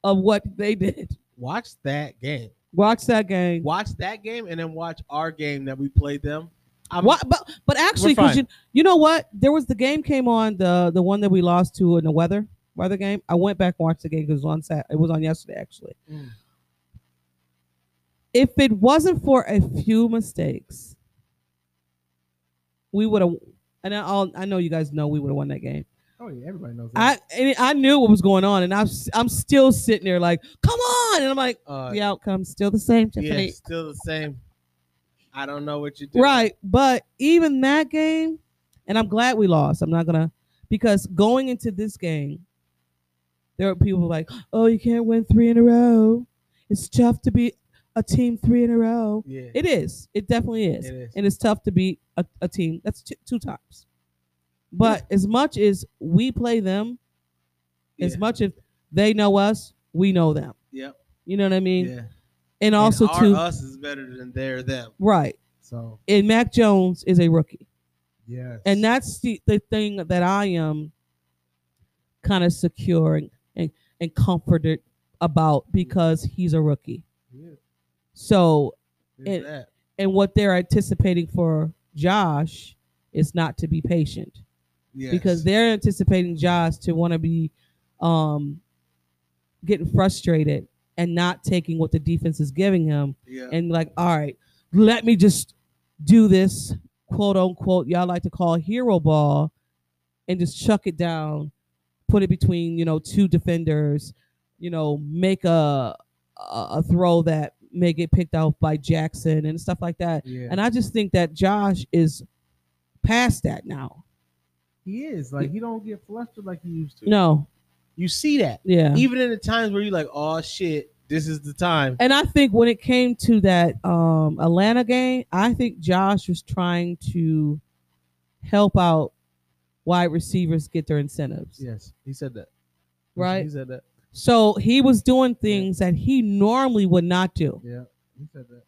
Speaker 4: of what they did.
Speaker 3: Watch that game.
Speaker 4: Watch that game.
Speaker 3: watch that game and then watch our game that we played them. I'm,
Speaker 4: What? But but actually, because
Speaker 3: fine.
Speaker 4: you you know what, there was the game came on the the one that we lost to in the weather weather game. I went back and watched the game because it was on Sat. It was on yesterday actually.
Speaker 3: Mm.
Speaker 4: If it wasn't for a few mistakes, we would have. And I will I know you guys know we would have won that game.
Speaker 3: Oh yeah, everybody knows.
Speaker 4: I and I knew what was going on, and I'm s- I'm still sitting there like, come on, and I'm like,
Speaker 3: uh,
Speaker 4: the outcome's still the same,
Speaker 3: yeah,
Speaker 4: Tiffany.
Speaker 3: still the same. I don't know what you do.
Speaker 4: Right. But even that game, and I'm glad we lost. I'm not gonna because going into this game, there were people like, Oh, you can't win three in a row. It's tough to beat a team three in a row.
Speaker 3: Yeah.
Speaker 4: It is. It definitely is.
Speaker 3: It is.
Speaker 4: And it's tough to beat a, a team. That's two, two times. But as much as we play them, as
Speaker 3: Yeah.
Speaker 4: much as they know us, we know them.
Speaker 3: Yep.
Speaker 4: You know what I mean?
Speaker 3: Yeah.
Speaker 4: And also
Speaker 3: and our
Speaker 4: too
Speaker 3: us is better than their them.
Speaker 4: right.
Speaker 3: So
Speaker 4: And Mac Jones is a rookie.
Speaker 3: yes.
Speaker 4: and that's the, the thing that I am kind of secure and, and, and comforted about because he's a rookie.
Speaker 3: yeah,
Speaker 4: So,
Speaker 3: there's
Speaker 4: it-
Speaker 3: that.
Speaker 4: and what they're anticipating for Josh is not to be patient
Speaker 3: Yes.
Speaker 4: because they're anticipating Josh to want to be um, getting frustrated and not taking what the defense is giving him
Speaker 3: yeah.
Speaker 4: and like, all right, let me just do this quote unquote y'all like to call hero ball and just chuck it down, put it between, you know, two defenders, you know, make a a, a throw that may get picked off by Jackson and stuff like that.
Speaker 3: Yeah.
Speaker 4: And I just think that Josh is past that now.
Speaker 3: he is like he don't get flustered like he used to.
Speaker 4: No,
Speaker 3: You see that
Speaker 4: yeah.
Speaker 3: even in the times where you're like, oh shit, this is the time.
Speaker 4: And I think when it came to that um, Atlanta game, I think Josh was trying to help out wide receivers get their incentives.
Speaker 3: Yes, he said that. He-
Speaker 4: Right.
Speaker 3: He said that.
Speaker 4: So he was doing things that he normally would not do.
Speaker 3: Yeah, he said that.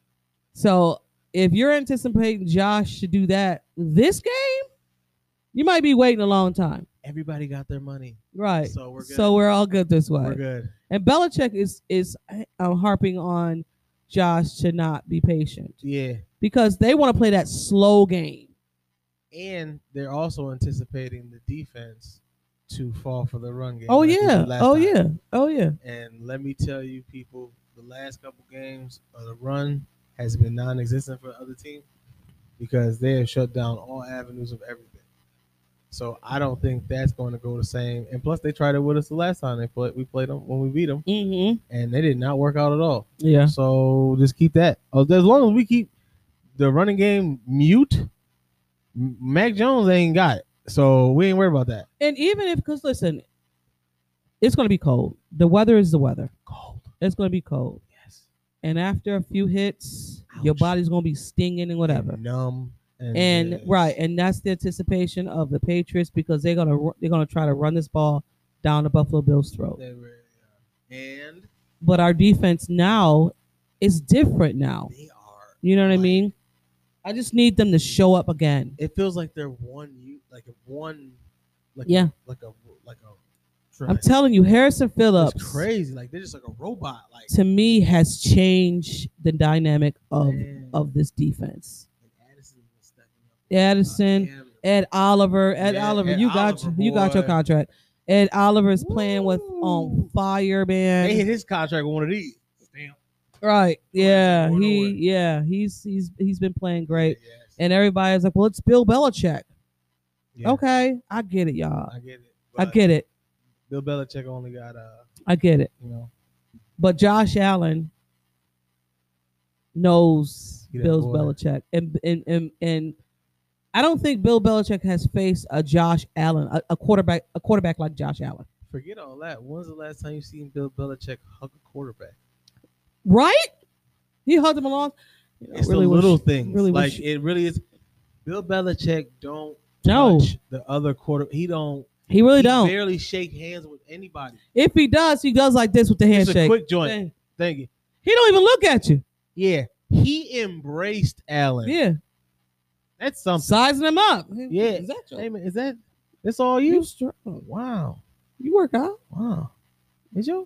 Speaker 4: So if you're anticipating Josh to do that this game, you might be waiting a long time.
Speaker 3: Everybody got their money,
Speaker 4: Right.
Speaker 3: so we're good.
Speaker 4: So we're all good this way.
Speaker 3: we're good.
Speaker 4: And Belichick is is uh, harping on Josh to not be patient
Speaker 3: Yeah,
Speaker 4: because they want to play that slow game.
Speaker 3: and they're also anticipating the defense to fall for the run game.
Speaker 4: Oh
Speaker 3: like they did
Speaker 4: yeah.
Speaker 3: last
Speaker 4: Oh
Speaker 3: time.
Speaker 4: yeah. Oh yeah.
Speaker 3: And let me tell you, people, the last couple games of the run has been non-existent for the other team because they have shut down all avenues of everything. So I don't think that's going to go the same. And plus, they tried it with us the last time they played. We played them when we beat them,
Speaker 4: Mm-hmm.
Speaker 3: and they did not work out at all.
Speaker 4: Yeah.
Speaker 3: So just keep that. As as long as we keep the running game mute, M- Mac Jones ain't got it. So we ain't worried about that.
Speaker 4: And even if, because listen, it's going to be cold. The weather is the weather.
Speaker 3: Cold.
Speaker 4: It's going to be cold.
Speaker 3: Yes.
Speaker 4: And after a few hits, your
Speaker 3: Ouch.
Speaker 4: body's going to be stinging and whatever.
Speaker 3: And numb. And,
Speaker 4: And
Speaker 3: yeah.
Speaker 4: right, and that's the anticipation of the Patriots because they're gonna ru- they're gonna try to run this ball down the Buffalo Bills' throat.
Speaker 3: They were, yeah. And
Speaker 4: But our defense now is different now.
Speaker 3: they are.
Speaker 4: You know what I
Speaker 3: Right.
Speaker 4: mean? I just need them to show up again.
Speaker 3: It feels like they're one. You like a one. Like
Speaker 4: Yeah.
Speaker 3: A, like a like a.
Speaker 4: I'm telling you, Harrison Phillips
Speaker 3: It's crazy. Like they're just like a robot. Like
Speaker 4: to me has changed the dynamic of
Speaker 3: Man.
Speaker 4: of this defense.
Speaker 3: And Addison was stepping up.
Speaker 4: Addison,
Speaker 3: Goddamn.
Speaker 4: Ed Oliver, Ed
Speaker 3: Yeah,
Speaker 4: Oliver,
Speaker 3: Ed
Speaker 4: you got
Speaker 3: Oliver,
Speaker 4: you got your
Speaker 3: boy.
Speaker 4: contract. Ed Oliver's playing with on
Speaker 3: Woo.
Speaker 4: fire, man.
Speaker 3: They hit his contract with one of these. Damn.
Speaker 4: Right. Yeah.
Speaker 3: going
Speaker 4: He
Speaker 3: away.
Speaker 4: yeah, he's he's he's been playing great.
Speaker 3: Yes.
Speaker 4: And everybody's like, Well, it's Bill Belichick.
Speaker 3: Yeah,
Speaker 4: Okay. I get it, y'all.
Speaker 3: I get it.
Speaker 4: I
Speaker 3: But
Speaker 4: get it.
Speaker 3: Bill Belichick only got uh,
Speaker 4: I get it.
Speaker 3: you know,
Speaker 4: But Josh Allen knows
Speaker 3: He that
Speaker 4: Bill
Speaker 3: boy.
Speaker 4: Belichick. And and and and I don't think Bill Belichick has faced a Josh Allen, a, a quarterback, a quarterback like Josh Allen.
Speaker 3: forget all that. When's the last time you seen Bill Belichick hug a quarterback?
Speaker 4: Right? He hugged him along.
Speaker 3: It's
Speaker 4: Really
Speaker 3: the
Speaker 4: wish-
Speaker 3: little things.
Speaker 4: really
Speaker 3: like
Speaker 4: wish-
Speaker 3: it really is. Bill Belichick don't
Speaker 4: No.
Speaker 3: touch the other quarter. He don't.
Speaker 4: He really
Speaker 3: he
Speaker 4: don't.
Speaker 3: barely shake hands with anybody.
Speaker 4: if he does, he does like this with the
Speaker 3: It's a
Speaker 4: handshake.
Speaker 3: quick joint.
Speaker 4: Dang.
Speaker 3: Thank you.
Speaker 4: He don't even look at you.
Speaker 3: Yeah, he embraced Allen.
Speaker 4: Yeah.
Speaker 3: that's something.
Speaker 4: sizing him up.
Speaker 3: Yeah.
Speaker 4: Is that your-
Speaker 3: Hey man, is that? That's all
Speaker 4: you
Speaker 3: you?
Speaker 4: strong.
Speaker 3: Wow,
Speaker 4: You work out.
Speaker 3: wow. Is your?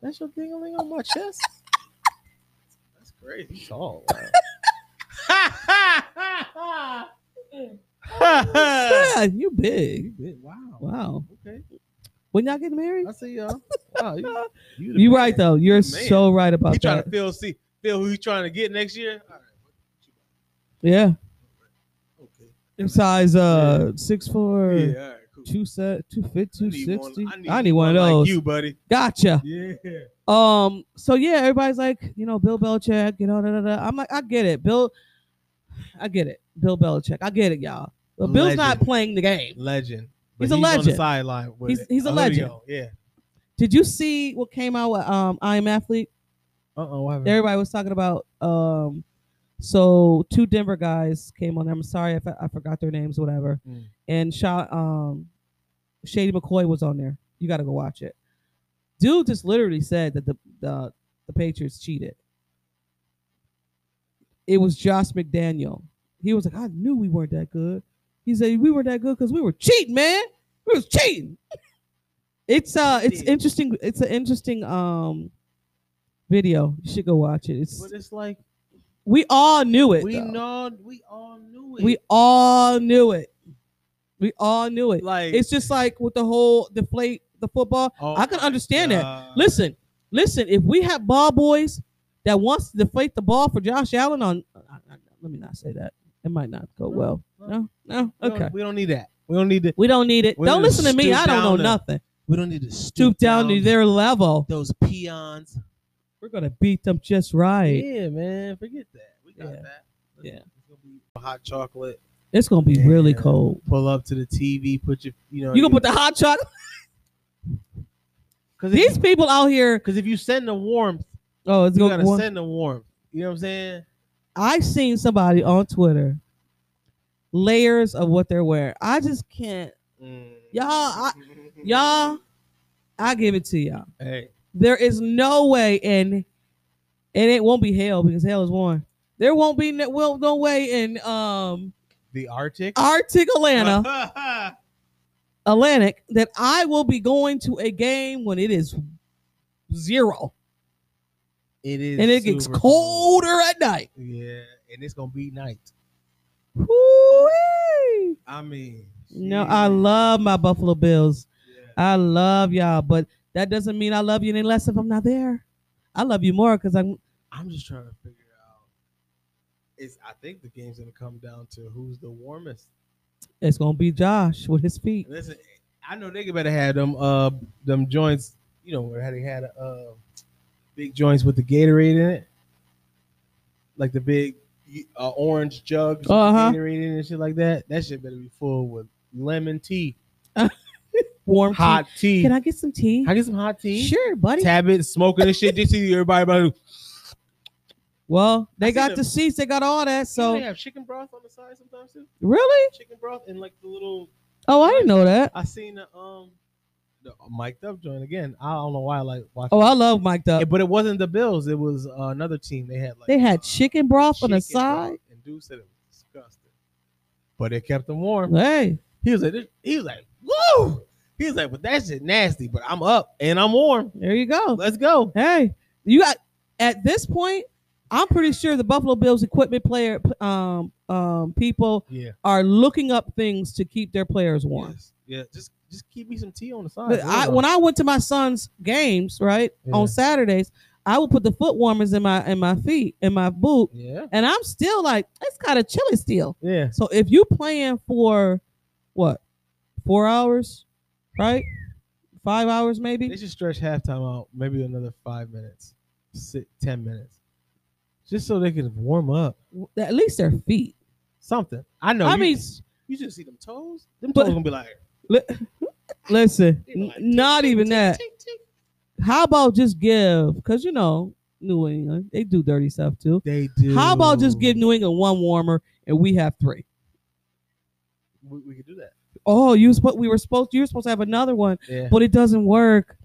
Speaker 3: That's your thing on my chest. that's crazy. He's tall. Wow. (laughs)
Speaker 4: Yeah, you big.
Speaker 3: wow.
Speaker 4: Wow.
Speaker 3: Okay.
Speaker 4: When y'all getting married?
Speaker 3: I see y'all. Wow. You, you the
Speaker 4: You
Speaker 3: man.
Speaker 4: right though. You're so right
Speaker 3: He
Speaker 4: about
Speaker 3: trying
Speaker 4: that.
Speaker 3: to feel see feel who he's trying to get next year. All right.
Speaker 4: yeah.
Speaker 3: Okay.
Speaker 4: Your size uh six four
Speaker 3: Yeah. All right. Cool.
Speaker 4: two set two fit
Speaker 3: I
Speaker 4: two
Speaker 3: need one-
Speaker 4: sixty. I need one of those.
Speaker 3: Like you, buddy.
Speaker 4: Gotcha.
Speaker 3: Yeah.
Speaker 4: Um so yeah, everybody's like, you know, Bill Belichick, you know, da, da, da. I'm like, I get it. Bill I get it. Bill Belichick. I get it, y'all. But Bill's not
Speaker 3: Legend.
Speaker 4: playing the game.
Speaker 3: Legend.
Speaker 4: He's a
Speaker 3: On the
Speaker 4: legend.
Speaker 3: sideline. with
Speaker 4: He's-
Speaker 3: it.
Speaker 4: he's a
Speaker 3: Oh, there we
Speaker 4: legend.
Speaker 3: go. Yeah.
Speaker 4: Did you see what came out with um I am athlete?
Speaker 3: Uh oh. What happened?
Speaker 4: everybody was talking about um so two denver guys came on i'm sorry if I, I forgot their names whatever
Speaker 3: Mm.
Speaker 4: and shot um shady mccoy was on there you gotta go watch it dude just literally said that the the, the patriots cheated it was josh mcdaniel he was like i knew we weren't that good he said we weren't that good because we were cheating man we was cheating (laughs) it's uh it's
Speaker 3: Cheating.
Speaker 4: interesting it's an interesting um video. You should go watch it. It's
Speaker 3: But it's like
Speaker 4: we all knew it.
Speaker 3: we
Speaker 4: though.
Speaker 3: know. We all knew it.
Speaker 4: we all knew it. We all knew it.
Speaker 3: like.
Speaker 4: It's just like with the whole deflate the football.
Speaker 3: oh
Speaker 4: I can
Speaker 3: my
Speaker 4: understand that.
Speaker 3: God.
Speaker 4: Listen, listen. If we have ball boys that wants to deflate the ball for Josh Allen on, I- I- let me not say that. It might not go well. No, no.
Speaker 3: We don't-
Speaker 4: Okay.
Speaker 3: We don't need that. We don't need to.
Speaker 4: We don't need it.
Speaker 3: We
Speaker 4: don't
Speaker 3: need to
Speaker 4: listen to me.
Speaker 3: stoop
Speaker 4: I don't
Speaker 3: down
Speaker 4: know
Speaker 3: to-
Speaker 4: nothing.
Speaker 6: We don't need to stoop
Speaker 4: stoop down to their level.
Speaker 6: those peons.
Speaker 4: We're gonna beat them just right.
Speaker 6: Yeah, man, forget that. We got
Speaker 4: Yeah.
Speaker 6: that.
Speaker 4: Yeah.
Speaker 6: It's gonna be hot chocolate.
Speaker 4: It's gonna be really
Speaker 6: Yeah.
Speaker 4: cold.
Speaker 6: Pull up to the TV. Put your, you know,
Speaker 4: You gonna put the hot chocolate?
Speaker 6: because
Speaker 4: These people out here.
Speaker 6: because if you send the warmth,
Speaker 4: Oh, it's
Speaker 6: you
Speaker 4: gonna.
Speaker 6: gotta
Speaker 4: Go,
Speaker 6: send the warmth. You know what I'm saying?
Speaker 4: I seen somebody on Twitter. Layers of what they're wearing. I just can't.
Speaker 6: Mm.
Speaker 4: Y'all, I, y'all, I give it to y'all.
Speaker 3: Hey,
Speaker 4: There is no way, and and it won't be hell because hell is one. There won't be no, well, no way in um
Speaker 3: the Arctic.
Speaker 6: (laughs)
Speaker 4: Arctic
Speaker 3: (laughs)
Speaker 4: Atlanta, Atlantic that I will be going to a game when it is zero
Speaker 3: it is,
Speaker 4: and it gets
Speaker 3: super
Speaker 4: colder at night.
Speaker 3: cold. Yeah, and it's gonna be night.
Speaker 4: Woo-wee.
Speaker 3: I mean,
Speaker 4: No,
Speaker 3: shit.
Speaker 4: I love my Buffalo Bills.
Speaker 3: Yeah.
Speaker 4: I love y'all, but that doesn't mean I love you any less if I'm not there. I love you more because I'm
Speaker 3: I'm just trying to figure out. It's. I think the game's gonna come down to who's the warmest.
Speaker 4: it's gonna be Josh with his feet.
Speaker 3: Listen, I know they better have them. Uh, them joints. You know where they had uh, big joints with the Gatorade in it, like the big uh, orange jugs with
Speaker 4: Uh-huh.
Speaker 3: the Gatorade in it and shit like that. That shit better be full with lemon tea,
Speaker 4: Warm
Speaker 3: hot
Speaker 4: tea.
Speaker 3: tea.
Speaker 4: Can I get some tea?
Speaker 3: Can I get some hot tea?
Speaker 4: Sure, buddy.
Speaker 3: Tab it, smoking this shit. Just see everybody about.
Speaker 4: Well,
Speaker 3: I
Speaker 4: they
Speaker 3: see
Speaker 4: got
Speaker 3: the-
Speaker 4: the seats, they got all that.
Speaker 3: So they
Speaker 4: So
Speaker 3: have chicken broth on the side sometimes too.
Speaker 4: really?
Speaker 3: Chicken broth and like the little
Speaker 4: Oh, I didn't know that.
Speaker 3: I seen the um the mic'd up joint again. I don't know why I like watching.
Speaker 4: Oh, I love Mike
Speaker 3: Yeah,
Speaker 4: Up.
Speaker 3: but it wasn't the Bills. It was uh, another team. They had like
Speaker 4: They
Speaker 3: uh,
Speaker 4: had chicken broth on the
Speaker 3: chicken broth,
Speaker 4: side.
Speaker 3: and dude said it was disgusting, but it kept them warm.
Speaker 4: Hey,
Speaker 3: He was like, this- he was like, whoa. He was like, but that shit nasty. But I'm up and I'm warm.
Speaker 4: there you go.
Speaker 3: Let's go.
Speaker 4: Hey, you got at this point. I'm pretty sure the Buffalo Bills equipment player um, um, people
Speaker 3: Yeah.
Speaker 4: are looking up things to keep their players warm.
Speaker 3: Yes. Yeah. Just just keep me some tea on the side.
Speaker 4: But I, when I went to my son's games, right
Speaker 3: Yeah.
Speaker 4: on Saturdays, I would put the foot warmers in my in my feet in my boot,
Speaker 3: yeah.
Speaker 4: and I'm still like it's kind of chilly still.
Speaker 3: Yeah.
Speaker 4: So if you playing for what four hours, right? Five hours
Speaker 3: They
Speaker 4: maybe.
Speaker 3: should stretch halftime out, maybe another five minutes, sit ten minutes, just so they can warm up.
Speaker 4: At least their feet.
Speaker 3: Something. I know.
Speaker 4: I
Speaker 3: you-
Speaker 4: mean,
Speaker 3: You should see them toes. Them
Speaker 4: But-
Speaker 3: toes gonna be like,
Speaker 4: (laughs) listen,
Speaker 3: they like,
Speaker 4: n- not
Speaker 3: tick,
Speaker 4: even
Speaker 3: tick,
Speaker 4: that.
Speaker 3: tick, tick.
Speaker 4: How about just give? Because you know New England, they do dirty stuff too.
Speaker 3: They do.
Speaker 4: How about just give New England one warmer and we have three?
Speaker 3: We, we could do that.
Speaker 4: Oh, you spo- we were supposed you were supposed to have another one,
Speaker 3: Yeah.
Speaker 4: but it doesn't work.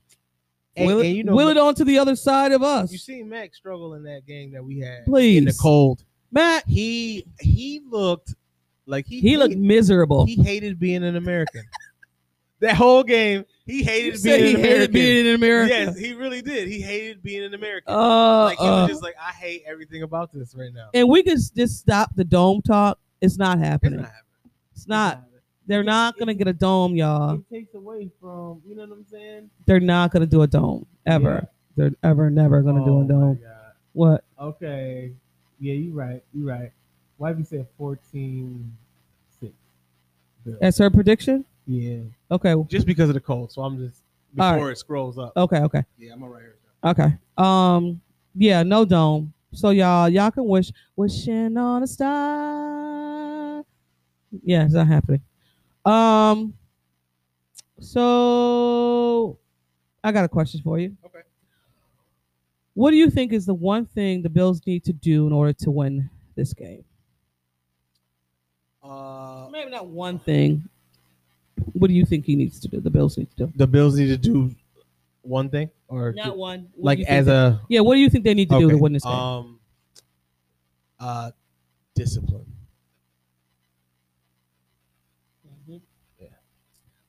Speaker 3: And-
Speaker 4: will it,
Speaker 3: and you know
Speaker 4: will
Speaker 3: Ma-
Speaker 4: it on to the other side of
Speaker 3: You
Speaker 4: us,
Speaker 3: see Mac struggle in that game that we had
Speaker 4: please?
Speaker 3: in the cold.
Speaker 4: Matt,
Speaker 3: He he looked like he
Speaker 4: he looked miserable.
Speaker 3: he hated being an American. that whole game, he
Speaker 4: You
Speaker 3: hated being
Speaker 4: said he
Speaker 3: an American.
Speaker 4: hated being in America.
Speaker 3: Yes, he really did. He hated being an American.
Speaker 4: Uh,
Speaker 3: like he
Speaker 4: uh.
Speaker 3: was just like, I hate everything about this right now.
Speaker 4: and we could s- just stop the dome talk. It's not
Speaker 3: It's
Speaker 4: happening.
Speaker 3: not happening.
Speaker 4: It's not. They're not gonna get a dome, y'all.
Speaker 3: It takes away from you know what I'm saying.
Speaker 4: They're not gonna do a dome ever. They're ever never gonna do
Speaker 3: Oh
Speaker 4: a
Speaker 3: my
Speaker 4: dome.
Speaker 3: God.
Speaker 4: What?
Speaker 3: Okay. Yeah, you're right. You're right. Wifey said 14 6.
Speaker 4: That's her prediction.
Speaker 3: Yeah.
Speaker 4: Okay.
Speaker 3: Just because of the cold. So I'm just,
Speaker 4: All
Speaker 3: before it scrolls up.
Speaker 4: Okay. Okay.
Speaker 3: Yeah, I'm all right here.
Speaker 4: Okay. Um. Yeah. No dome. So y'all, y'all can wish wishing on a star. Yeah, it's not happening. Um. So, I got a question for you.
Speaker 3: Okay.
Speaker 4: What do you think is the one thing the Bills need to do in order to win this game?
Speaker 3: Uh,
Speaker 4: Maybe not one thing. What do you think he needs to do? The Bills need to do.
Speaker 3: the Bills need to do one thing or do-
Speaker 4: one.
Speaker 3: like as a
Speaker 4: yeah. What do you think they need to do to win this game?
Speaker 3: Um, uh, discipline.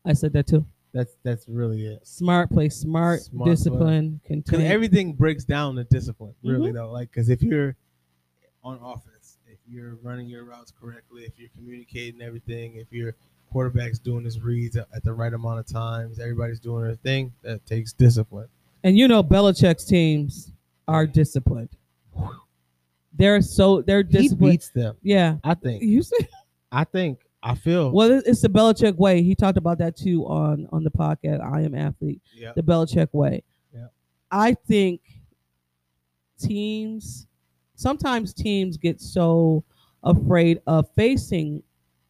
Speaker 4: I said that too.
Speaker 3: That's that's really it.
Speaker 4: smart play smart,
Speaker 3: Smart play.
Speaker 4: discipline
Speaker 3: because
Speaker 4: contain
Speaker 3: everything breaks down to discipline,
Speaker 4: Mm-hmm.
Speaker 3: really though. Like, because if you're on offense, if you're running your routes correctly, if you're communicating everything, if your quarterback's doing his reads at at the right amount of times, everybody's doing their thing. That takes discipline.
Speaker 4: and you know Belichick's teams are disciplined they're so they're
Speaker 3: He
Speaker 4: disciplined
Speaker 3: beats them.
Speaker 4: yeah
Speaker 3: I think.
Speaker 4: you see
Speaker 3: I think.
Speaker 7: I feel.
Speaker 4: Well, it- it's the Belichick way. He talked about that too on on the podcast. I am athlete.
Speaker 7: Yeah.
Speaker 4: The Belichick way.
Speaker 7: Yeah.
Speaker 4: I think teams sometimes teams get so afraid of facing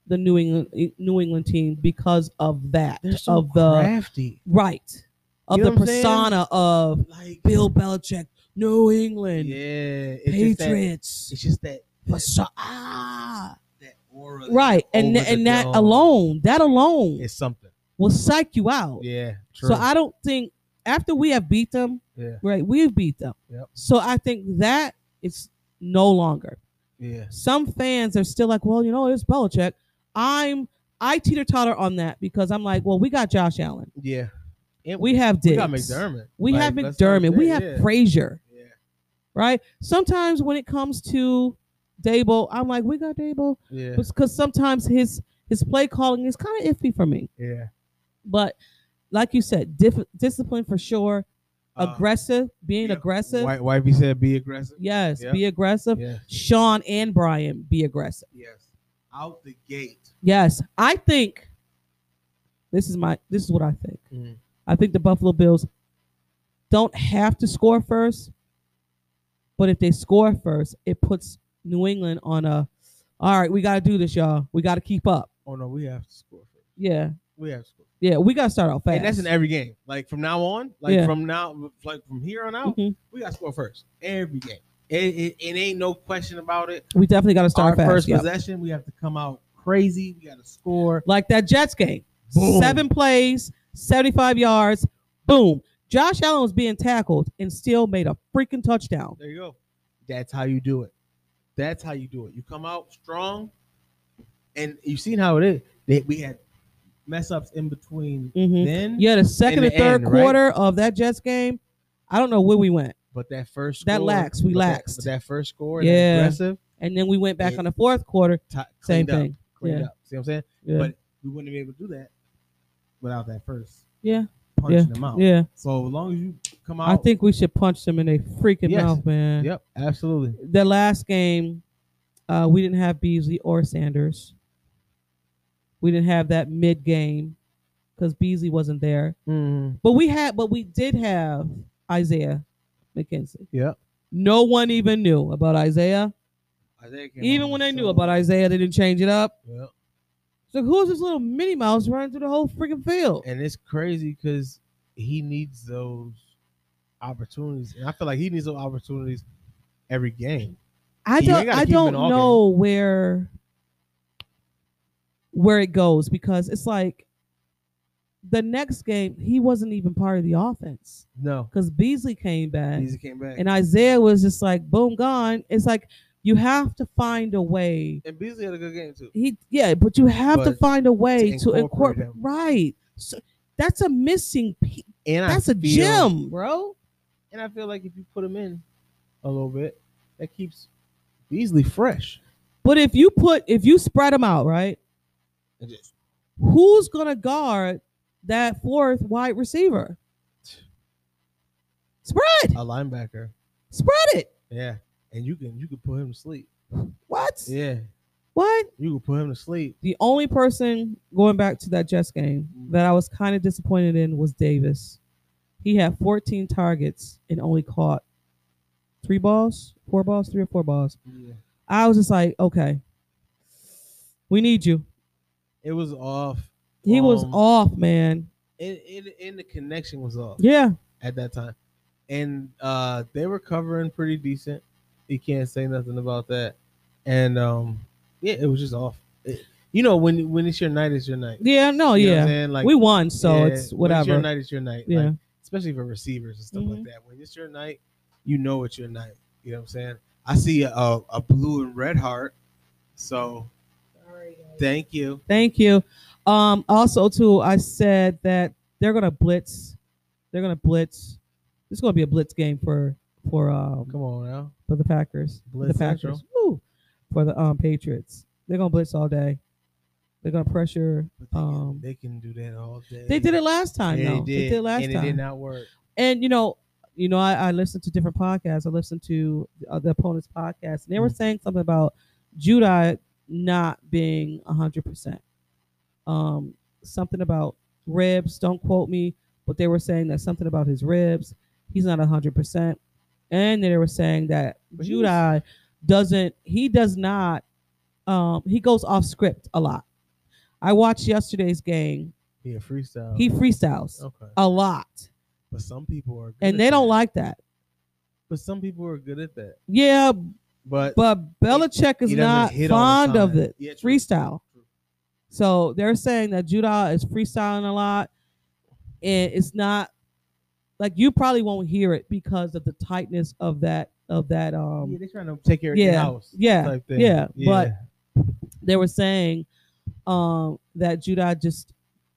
Speaker 4: the New England New England team because of that
Speaker 3: They're so
Speaker 4: of the
Speaker 3: crafty.
Speaker 4: right of
Speaker 3: You know
Speaker 4: the
Speaker 3: what I'm saying?
Speaker 4: persona of
Speaker 3: Like
Speaker 4: Bill Belichick, New
Speaker 3: Yeah,
Speaker 4: England
Speaker 3: it's just that.
Speaker 4: Patriots.
Speaker 3: It's just that
Speaker 4: perso- ah,
Speaker 3: that aura. that-
Speaker 4: right, and
Speaker 3: over the
Speaker 4: and that
Speaker 3: dome.
Speaker 4: alone, that alone
Speaker 3: It's something.
Speaker 4: will psych you out.
Speaker 3: Yeah.
Speaker 4: So I don't think after we have beat them,
Speaker 3: Yeah.
Speaker 4: right? We've beat them.
Speaker 3: Yep.
Speaker 4: So I think that it's no longer.
Speaker 3: Yeah.
Speaker 4: Some fans are still like, well, you know, it's Belichick. I'm I teeter totter on that because I'm like, well, we got Josh Allen,
Speaker 3: Yeah. And
Speaker 4: we have
Speaker 3: we got
Speaker 4: Diggs.
Speaker 3: McDermott.
Speaker 4: we
Speaker 3: Like,
Speaker 4: have
Speaker 3: that's what I'm
Speaker 4: McDermott, we
Speaker 3: saying,
Speaker 4: have
Speaker 3: yeah.
Speaker 4: Frazier,
Speaker 3: Yeah.
Speaker 4: right? Sometimes when it comes to Dable, I'm like, we got Dable,
Speaker 3: Yeah.
Speaker 4: because sometimes his his play calling is kind of iffy for me.
Speaker 3: Yeah.
Speaker 4: But like you said, diff- discipline for sure,
Speaker 3: Uh,
Speaker 4: aggressive, being
Speaker 3: yeah,
Speaker 4: aggressive.
Speaker 7: White wifey said be aggressive.
Speaker 4: Yes,
Speaker 3: Yeah.
Speaker 4: be aggressive.
Speaker 3: Yes.
Speaker 4: Sean and Brian, be aggressive.
Speaker 3: Yes. Out the gate.
Speaker 4: Yes, I think this is my this is what I think.
Speaker 3: Mhm.
Speaker 4: I think the Buffalo Bills don't have to score first, but if they score first, it puts New England on a all right, we got to do this, y'all. We got to keep up.
Speaker 3: Oh no, we have to score first.
Speaker 4: Yeah.
Speaker 3: We have to score.
Speaker 4: Yeah, we got to start out fast.
Speaker 3: And that's in every game. Like from now on, like
Speaker 4: Yeah.
Speaker 3: from now, like from here on out,
Speaker 4: Mhm.
Speaker 3: we got to score first. Every game. It, it, it ain't no question about it.
Speaker 4: We definitely got to start
Speaker 3: Our
Speaker 4: fast.
Speaker 3: first
Speaker 4: yeah.
Speaker 3: possession, we have to come out crazy. We got to score.
Speaker 4: like that Jets game.
Speaker 3: Boom.
Speaker 4: Seven plays, 75 yards, boom. Josh Allen was being tackled and still made a freaking touchdown.
Speaker 3: There you go. That's how you do it. That's how you do it. You come out strong, and you've seen how it is. They, we had mess ups in between
Speaker 4: hmm
Speaker 3: then,
Speaker 4: Yeah, the
Speaker 3: In
Speaker 4: second and
Speaker 3: the
Speaker 4: third
Speaker 3: end, right?
Speaker 4: quarter of that Jets game, I don't know where we went.
Speaker 3: but that first
Speaker 4: That
Speaker 3: score,
Speaker 4: laxed, we
Speaker 3: but that-
Speaker 4: laxed.
Speaker 3: but That, first score,
Speaker 4: Yeah.
Speaker 3: yeah, aggressive,
Speaker 4: And then we went back on the fourth quarter.
Speaker 3: t-
Speaker 4: Same
Speaker 3: cleaned up,
Speaker 4: thing.
Speaker 3: cleaned
Speaker 4: Yeah.
Speaker 3: up. See what I'm saying?
Speaker 4: Yeah.
Speaker 3: But we wouldn't be able to do that without that first
Speaker 4: yeah.
Speaker 3: punching them out.
Speaker 4: Yeah.
Speaker 3: So as long as you come out,
Speaker 4: I think we should punch them in their
Speaker 3: Oh.
Speaker 4: freaking
Speaker 3: Yes.
Speaker 4: mouth, man.
Speaker 3: Yep, absolutely.
Speaker 4: The last game, uh, we didn't have Beasley or Sanders. We didn't have that mid game because Beasley wasn't there. But we had, but we did have Isaiah McKenzie.
Speaker 3: Yep.
Speaker 4: No one even knew about Isaiah.
Speaker 3: Isaiah came
Speaker 4: Even
Speaker 3: on
Speaker 4: when
Speaker 3: the
Speaker 4: they knew
Speaker 3: show.
Speaker 4: about Isaiah, they didn't change it up.
Speaker 3: Yep.
Speaker 4: So who's this little Minnie Mouse running through the whole freaking field?
Speaker 3: and it's crazy because he needs those opportunities, and I feel like he needs those opportunities every game. you
Speaker 4: I
Speaker 3: ain't
Speaker 4: don't,
Speaker 3: gotta
Speaker 4: I
Speaker 3: keep him
Speaker 4: don't
Speaker 3: in all
Speaker 4: know where where it goes because it's like the next game he wasn't even part of the offense
Speaker 3: No,
Speaker 4: because Beasley came back.
Speaker 3: he came back,
Speaker 4: And Isaiah was just like, boom, gone. It's like you have to find a way.
Speaker 3: and Beasley had a good game too.
Speaker 4: He, yeah, but you have to
Speaker 3: But
Speaker 4: find a way to
Speaker 3: incorporate
Speaker 4: incorporate.
Speaker 3: him.
Speaker 4: Right. So that's a missing. Pe-
Speaker 3: And I
Speaker 4: that's a
Speaker 3: feel-
Speaker 4: gem, bro.
Speaker 3: And I feel like if you put him in a little bit, that keeps Beasley fresh.
Speaker 4: But if you put, if you spread them out, right,
Speaker 3: And just
Speaker 4: who's gonna guard that fourth wide receiver? Spread,
Speaker 3: a linebacker,
Speaker 4: spread it.
Speaker 3: yeah. And you can you can put him to sleep.
Speaker 4: What?
Speaker 3: Yeah,
Speaker 4: What?
Speaker 3: you can put him to sleep.
Speaker 4: The only person going back to that Jets game
Speaker 3: Mm-hmm.
Speaker 4: that I was kind of disappointed in was Davis. He had 14 targets and only caught three balls, four balls, three or four balls.
Speaker 3: Yeah.
Speaker 4: I was just like, okay, we need you.
Speaker 3: It was off.
Speaker 4: He was
Speaker 3: Um,
Speaker 4: off, man.
Speaker 3: It, it, and the connection was off.
Speaker 4: Yeah,
Speaker 3: at that time. And uh they were covering pretty decent. You can't say nothing about that. And um yeah, it was just off. It- you know, when when it's your night, it's your night.
Speaker 4: yeah, no,
Speaker 3: You know what I'm
Speaker 4: Oh, yeah.
Speaker 3: saying? Like
Speaker 4: we won, so
Speaker 3: yeah,
Speaker 4: it's
Speaker 3: when your
Speaker 4: whatever.
Speaker 3: night, it's your night.
Speaker 4: yeah, Mm-hmm.
Speaker 3: Like, especially for receivers and stuff like that. When it's your night, you know it's your night. You know what I'm saying? I see a, a, a blue and red heart. So thank you.
Speaker 4: thank you. Um, also, too, I said that they're gonna blitz. They're gonna blitz. It's gonna be a blitz game for for um
Speaker 3: Come on now.
Speaker 4: for the Packers. for
Speaker 3: Blitz
Speaker 4: the Packers.
Speaker 3: Central.
Speaker 4: Woo, for the um Patriots. They're gonna blitz all day. They're gonna pressure.
Speaker 3: But they,
Speaker 4: Um,
Speaker 3: can, they can do that all day.
Speaker 4: they did it last time.
Speaker 3: Yeah,
Speaker 4: though. They did it last
Speaker 3: and
Speaker 4: time.
Speaker 3: it did not work.
Speaker 4: and you know, you know, I, I listened to different podcasts. I listened to uh, the opponents' podcast, and they were saying something about Judai not being 100%. Um, something about ribs, don't quote me, but they were saying that something about his ribs, he's not 100%. And they were saying that
Speaker 3: But he was-
Speaker 4: Judai doesn't, he does not, um, he goes off script a lot. I watched yesterday's game.
Speaker 3: He a freestyle.
Speaker 4: He freestyles
Speaker 3: okay.
Speaker 4: a lot,
Speaker 3: But some people are good
Speaker 4: and
Speaker 3: at
Speaker 4: they don't
Speaker 3: that.
Speaker 4: like that.
Speaker 3: But some people are good at that.
Speaker 4: Yeah,
Speaker 3: But
Speaker 4: but Belichick is
Speaker 3: he doesn't
Speaker 4: not
Speaker 3: hit all the
Speaker 4: fond of
Speaker 3: time.
Speaker 4: it.
Speaker 3: Yeah, true.
Speaker 4: freestyle. So they're saying that Judah is freestyling a lot, and it's not like you probably won't hear it because of the tightness of that of that. Um,
Speaker 3: yeah, they're trying to take care of
Speaker 4: yeah,
Speaker 3: in-house
Speaker 4: yeah,
Speaker 3: type thing.
Speaker 4: yeah, but- they were saying um, that Judah just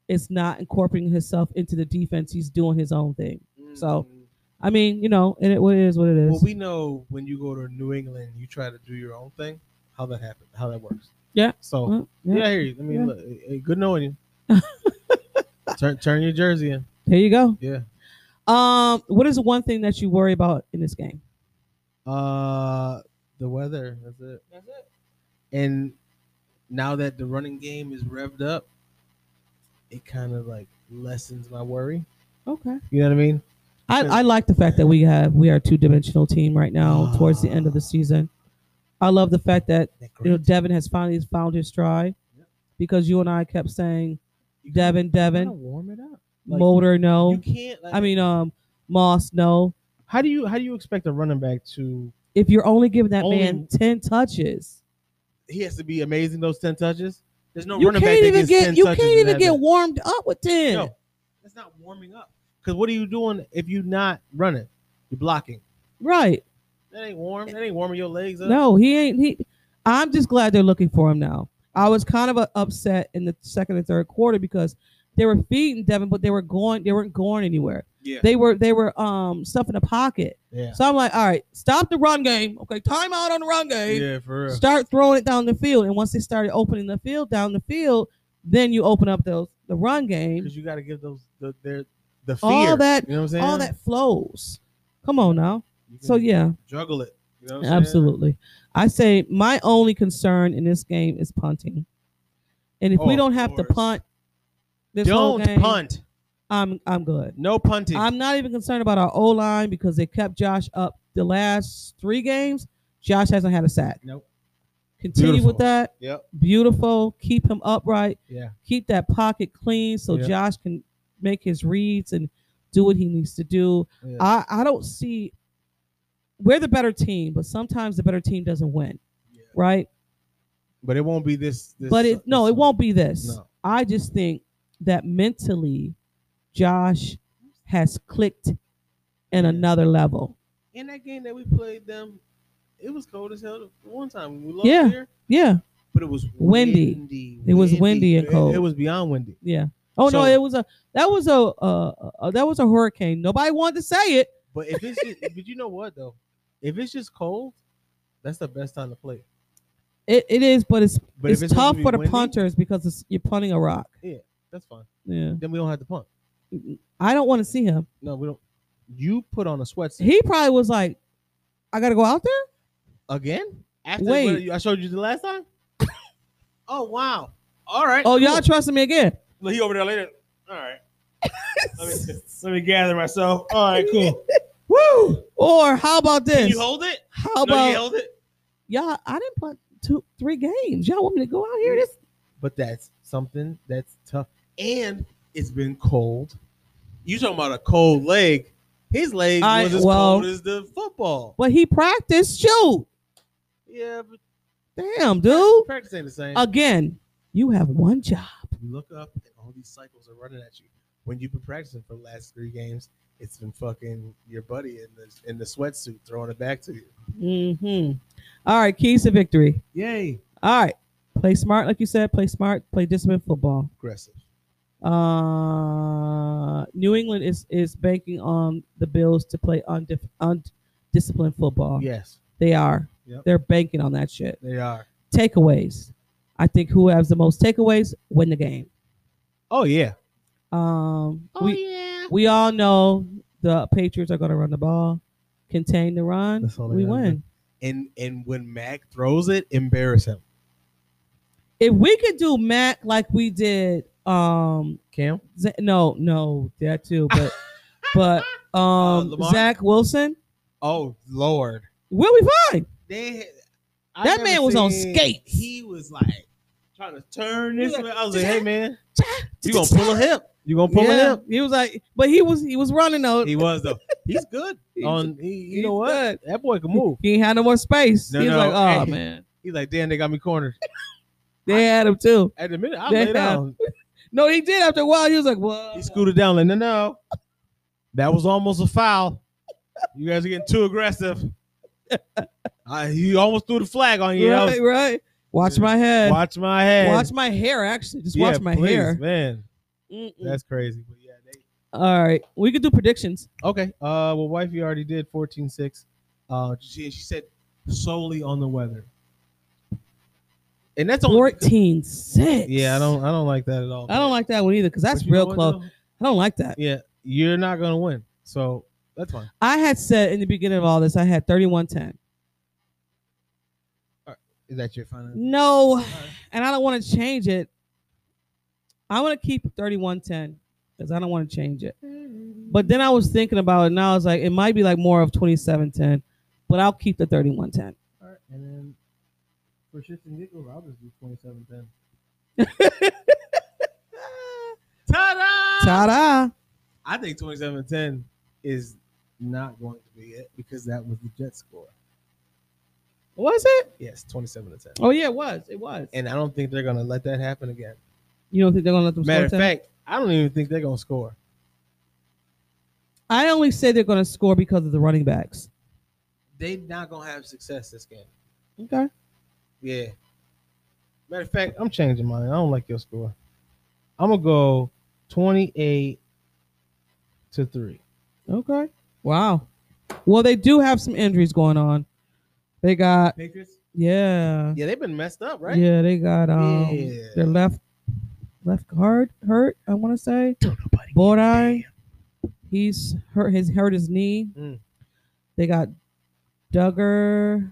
Speaker 4: is not incorporating himself into the defense. He's doing his own thing. so-
Speaker 3: Mm.
Speaker 4: I mean, you know, and it, what it is, what it is.
Speaker 3: well, we know when you go to New England, you try to do your own thing. How that happened? How that works?
Speaker 4: Yeah.
Speaker 3: So
Speaker 4: Well,
Speaker 3: yeah,
Speaker 4: yeah.
Speaker 3: I hear you. I mean,
Speaker 4: Yeah.
Speaker 3: look, eh, eh, good knowing you.
Speaker 4: (laughs)
Speaker 3: turn turn your jersey in.
Speaker 4: There you go.
Speaker 3: Yeah.
Speaker 4: Um, what is the one thing that you worry about in this game?
Speaker 3: Uh, the weather. That's it. That's it. And now that the running game is revved up, it kind of like lessens my worry.
Speaker 4: Okay.
Speaker 3: You know what I mean?
Speaker 4: I, I like the fact that we have we are a two dimensional team right now
Speaker 3: Ah.
Speaker 4: towards the end of the season. I love the fact that
Speaker 3: That
Speaker 4: you know
Speaker 3: great-
Speaker 4: Devin has finally found his stride because you and I kept saying
Speaker 3: you can't-
Speaker 4: Devin,
Speaker 3: you gotta
Speaker 4: Devin,
Speaker 3: warm it up. like,
Speaker 4: Motor, no.
Speaker 3: You can't. Like,
Speaker 4: I mean, um, Moss, no.
Speaker 3: how do you how do you expect a running back to?
Speaker 4: If you're only giving that
Speaker 3: Only-
Speaker 4: man ten touches,
Speaker 3: He has to be amazing those ten touches. There's no
Speaker 4: you
Speaker 3: running back
Speaker 4: can't
Speaker 3: that
Speaker 4: even
Speaker 3: gets 10
Speaker 4: get you
Speaker 3: touches
Speaker 4: can't
Speaker 3: and
Speaker 4: even
Speaker 3: have
Speaker 4: get
Speaker 3: that.
Speaker 4: warmed up with ten.
Speaker 3: No, that's not warming up. Because what are you doing if you're not running? You're blocking.
Speaker 4: Right?
Speaker 3: That ain't warm. That ain't warming your legs up.
Speaker 4: No, he ain't. He. I'm just glad they're looking for him now. I was kind of uh, upset in the second and third quarter because they were feeding Devin, but they were going. They weren't going anywhere.
Speaker 3: Yeah.
Speaker 4: They were. They were um stuff in the pocket.
Speaker 3: Yeah.
Speaker 4: So I'm like, all right, stop the run game. Okay, timeout on the run game.
Speaker 3: Yeah, for real.
Speaker 4: Start throwing it down the field, and once they started opening the field down the field, then you open up those the run game.
Speaker 3: Because you got to give those the their the fear.
Speaker 4: All that-
Speaker 3: You know what I'm saying?
Speaker 4: All that flows. Come on now.
Speaker 3: You can
Speaker 4: So yeah,
Speaker 3: Juggle it. You know what I'm saying?
Speaker 4: Absolutely. I say my only concern in this game is punting. And if
Speaker 3: Oh,
Speaker 4: we
Speaker 3: of
Speaker 4: don't have to
Speaker 3: course.
Speaker 4: punt this whole
Speaker 3: Don't
Speaker 4: game,
Speaker 3: punt.
Speaker 4: I'm I'm good.
Speaker 3: No punting.
Speaker 4: I'm not even concerned about our O line because they kept Josh up the last three games. Josh hasn't had a sack.
Speaker 3: Nope.
Speaker 4: Continue
Speaker 3: Beautiful.
Speaker 4: with that.
Speaker 3: Yep.
Speaker 4: Beautiful. Keep him upright.
Speaker 3: Yeah.
Speaker 4: Keep that pocket clean so
Speaker 3: Yeah.
Speaker 4: Josh can make his reads and do what he needs to do.
Speaker 3: Yeah.
Speaker 4: I, I don't see we're the better team, but sometimes the better team doesn't win.
Speaker 3: Yeah.
Speaker 4: Right?
Speaker 3: But it won't be this. this
Speaker 4: but it no,
Speaker 3: this-
Speaker 4: it won't be this.
Speaker 3: No.
Speaker 4: I just think that mentally, Josh has clicked in
Speaker 3: Yeah.
Speaker 4: another level.
Speaker 3: In that game that we played them, it was cold as hell. the One time we lost
Speaker 4: Yeah.
Speaker 3: here,
Speaker 4: Yeah,
Speaker 3: but it was
Speaker 4: Windy.
Speaker 3: windy
Speaker 4: It was windy and
Speaker 3: It-
Speaker 4: cold.
Speaker 3: It, was beyond windy.
Speaker 4: yeah. Oh no,
Speaker 3: So-
Speaker 4: it was a that was a uh, uh, that was a hurricane. Nobody wanted to say it.
Speaker 3: But if it's just, (laughs) but you know what though, if it's just cold, that's the best time to play.
Speaker 4: It, it is, but it's
Speaker 3: But
Speaker 4: it's,
Speaker 3: if it's supposed
Speaker 4: tough
Speaker 3: to be
Speaker 4: for the
Speaker 3: windy,
Speaker 4: punters because it's, you're punting a rock.
Speaker 3: That's fine.
Speaker 4: Yeah,
Speaker 3: Then we don't have to punt.
Speaker 4: I don't want to see him.
Speaker 3: No, we don't. You put on a sweatsuit
Speaker 4: He probably was like, "I gotta go out there."
Speaker 3: again. After
Speaker 4: Wait.
Speaker 3: what I showed you the last time. (coughs) oh wow! All right.
Speaker 4: Oh,
Speaker 3: cool.
Speaker 4: y'all trusting me again?
Speaker 3: He over there later. All right. let, (laughs) me, let me gather myself. All right, cool. Woo!
Speaker 4: Or how about this?
Speaker 3: Can you hold it?
Speaker 4: how
Speaker 3: no, you
Speaker 4: about
Speaker 3: held it.
Speaker 4: y'all? I didn't punt two, three games. Y'all want me to go out here? This
Speaker 3: But that's something that's tough. And it's been cold. You talking about a cold leg? His leg
Speaker 4: I-
Speaker 3: was as
Speaker 4: well-
Speaker 3: cold as the football.
Speaker 4: But he practiced. Shoot.
Speaker 3: Yeah, but
Speaker 4: Damn, dude.
Speaker 3: practice ain't the same.
Speaker 4: Again, you have one job.
Speaker 3: you look up and all these cycles are running at you. When you've been practicing for the last three games, it's been fucking your buddy in the in the sweatsuit throwing it back to you.
Speaker 4: Mm-hmm. All right, keys to victory.
Speaker 3: Yay!
Speaker 4: All right. Play smart, like you said. Play smart. Play disciplined football.
Speaker 3: Aggressive.
Speaker 4: Uh, New England is is banking on the Bills to play undif- undisciplined football.
Speaker 3: Yes,
Speaker 4: They are.
Speaker 3: Yep.
Speaker 4: They're banking on that shit.
Speaker 3: they are.
Speaker 4: Takeaways. I think who has the most takeaways win the game.
Speaker 3: Oh yeah.
Speaker 4: Um, we,
Speaker 3: Oh, yeah.
Speaker 4: we all know the Patriots are going to run the ball, contain the run.
Speaker 3: That's all they
Speaker 4: We
Speaker 3: gotta
Speaker 4: win.
Speaker 3: And and when Mac throws it, embarrass him.
Speaker 4: if we could do Mac like we did, um,
Speaker 3: Cam?
Speaker 4: Z- no, no, that too,
Speaker 3: (laughs)
Speaker 4: but but um,
Speaker 3: Uh, Lamar?
Speaker 4: Zach Wilson,
Speaker 3: Oh Lord.
Speaker 4: we'll be fine.
Speaker 3: They I
Speaker 4: That
Speaker 3: never
Speaker 4: man was on
Speaker 3: seen-
Speaker 4: skates.
Speaker 3: He was like trying to turn this
Speaker 4: He
Speaker 3: way. I was like, hey man, you gonna
Speaker 4: Just-
Speaker 3: (laughs) pull a hip. You gonna pull
Speaker 4: Yeah,
Speaker 3: a hip.
Speaker 4: He was like, but he was he was running though.
Speaker 3: He was though. (laughs) He's good.
Speaker 4: He's-
Speaker 3: on he, you
Speaker 4: he's
Speaker 3: know what?
Speaker 4: good.
Speaker 3: That boy can move.
Speaker 4: He ain't had no more space.
Speaker 3: No,
Speaker 4: he was
Speaker 3: no.
Speaker 4: like, oh
Speaker 3: Hey.
Speaker 4: man,
Speaker 3: He's like, damn, they got me cornered.
Speaker 4: they had him too.
Speaker 3: At the minute, I
Speaker 4: They
Speaker 3: lay down.
Speaker 4: No, he did. After a while, he was like, well,
Speaker 3: He scooted down like, no, no. That was almost a foul. You guys are getting too
Speaker 4: (laughs)
Speaker 3: aggressive. I, he almost threw the flag on you. I was-
Speaker 4: right, right. Watch my head. Watch,
Speaker 3: Watch my head.
Speaker 4: my hair. Actually, just
Speaker 3: Yeah,
Speaker 4: watch my
Speaker 3: please,
Speaker 4: hair. Mm.
Speaker 3: man.
Speaker 4: Mm-mm.
Speaker 3: That's crazy. But yeah, they,
Speaker 4: All right, we could do predictions.
Speaker 3: Okay. Uh, well, wifey already did 14-6. Uh, she, she said solely on the weather, and that's only.
Speaker 4: 14 6.
Speaker 3: Yeah, I don't. I don't like that at all.
Speaker 4: I don't like that one either because that's
Speaker 3: But you know
Speaker 4: real
Speaker 3: what,
Speaker 4: close.
Speaker 3: though?
Speaker 4: I don't like that.
Speaker 3: Yeah, you're not gonna win, so that's fine.
Speaker 4: I had said in the beginning of all this, I had 31 10.
Speaker 3: Is that your final?
Speaker 4: No, and I don't want to change it. I want to keep 31 10 because I don't want to change it. But then I was thinking about it and I was like, it might be like more of 27 10, but I'll keep the 31 10.
Speaker 3: All right, and then for shits and giggles, I'll just do 27-10. (laughs) Ta-da!
Speaker 4: Ta da!
Speaker 3: I think 27-10 is not going to be it because that was the Jets score.
Speaker 4: Was it?
Speaker 3: Yes, 27 to 10.
Speaker 4: Oh, yeah, it was. It was.
Speaker 3: And I don't think they're gonna let that happen again.
Speaker 4: You don't think they're going to let them
Speaker 3: Matter of
Speaker 4: score 10?
Speaker 3: fact, I don't even think they're gonna score.
Speaker 4: I only say they're going to score because of the running backs.
Speaker 3: They're not gonna have success this game.
Speaker 4: Okay.
Speaker 3: Yeah. Matter of fact, I'm changing mine. I don't like your score. I'm gonna go 28 to three.
Speaker 4: Okay. Wow. Well, they do have some injuries going on. They got
Speaker 3: Patriots.
Speaker 4: yeah,
Speaker 3: Yeah, they've been messed up, right?
Speaker 4: yeah. They got um
Speaker 3: Yeah.
Speaker 4: their left left guard hurt. I want to say Bordai. He's hurt. His hurt his knee.
Speaker 3: Mm.
Speaker 4: They got Duggar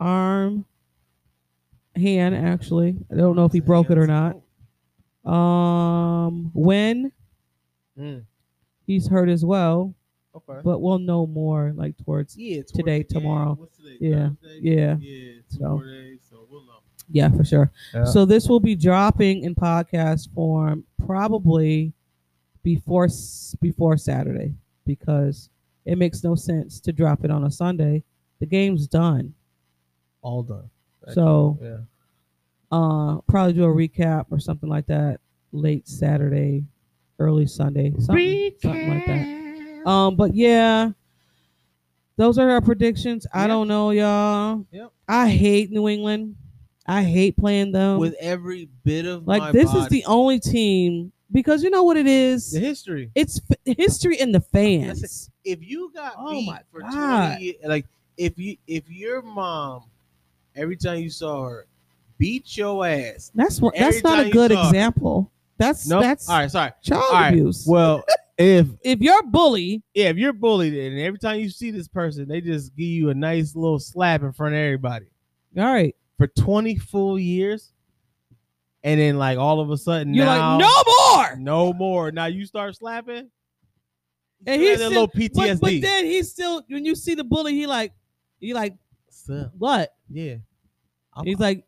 Speaker 4: arm hand actually. I don't know if he broke it or not. Um, when
Speaker 3: Mm,
Speaker 4: he's hurt as well,
Speaker 3: okay.
Speaker 4: but we'll know more like towards
Speaker 3: Yeah. towards
Speaker 4: Today,
Speaker 3: the game.
Speaker 4: tomorrow.
Speaker 3: What's today?
Speaker 4: Yeah,
Speaker 3: Thursday?
Speaker 4: yeah.
Speaker 3: Yeah.
Speaker 4: So-
Speaker 3: Today, so we'll know.
Speaker 4: Yeah, for sure.
Speaker 3: Yeah.
Speaker 4: So this will be dropping in podcast form probably before s- before Saturday because it makes no sense to drop it on a Sunday. The game's done.
Speaker 3: All done.
Speaker 4: So
Speaker 3: Yeah.
Speaker 4: uh probably do a recap or something like that late Saturday, early Sunday, something, something like that. Um but yeah, those are our predictions. I
Speaker 3: Yep.
Speaker 4: don't know, y'all.
Speaker 3: Yep.
Speaker 4: I hate New England. I hate playing them.
Speaker 3: With every bit of my
Speaker 4: Um, Like this is
Speaker 3: body.
Speaker 4: the only team because you know what it
Speaker 3: the
Speaker 4: is.
Speaker 3: history.
Speaker 4: It's f- history and the fans.
Speaker 3: if you got
Speaker 4: Oh
Speaker 3: beat
Speaker 4: my
Speaker 3: for
Speaker 4: God.
Speaker 3: 20 years, like if you if your mom every time you saw her beat your ass.
Speaker 4: That's wha-
Speaker 3: Every
Speaker 4: that's not
Speaker 3: time
Speaker 4: a
Speaker 3: you
Speaker 4: good
Speaker 3: talk.
Speaker 4: example. That's
Speaker 3: No,
Speaker 4: that's
Speaker 3: all right, sorry.
Speaker 4: child
Speaker 3: all right.
Speaker 4: abuse.
Speaker 3: (laughs) Well, if
Speaker 4: if you're a bully,
Speaker 3: yeah, if you're bullied and every time you see this person, they just give you a nice little slap in front of everybody
Speaker 4: all right,
Speaker 3: for 20 full years. And then like all of a sudden
Speaker 4: you're
Speaker 3: now
Speaker 4: like no more.
Speaker 3: no more. Now you start slapping.
Speaker 4: And
Speaker 3: You
Speaker 4: he's
Speaker 3: got that
Speaker 4: still,
Speaker 3: little
Speaker 4: but, but
Speaker 3: PTSD.
Speaker 4: then he's still when you see the bully, he like he like
Speaker 3: So,
Speaker 4: what?
Speaker 3: yeah. I'll-
Speaker 4: he's like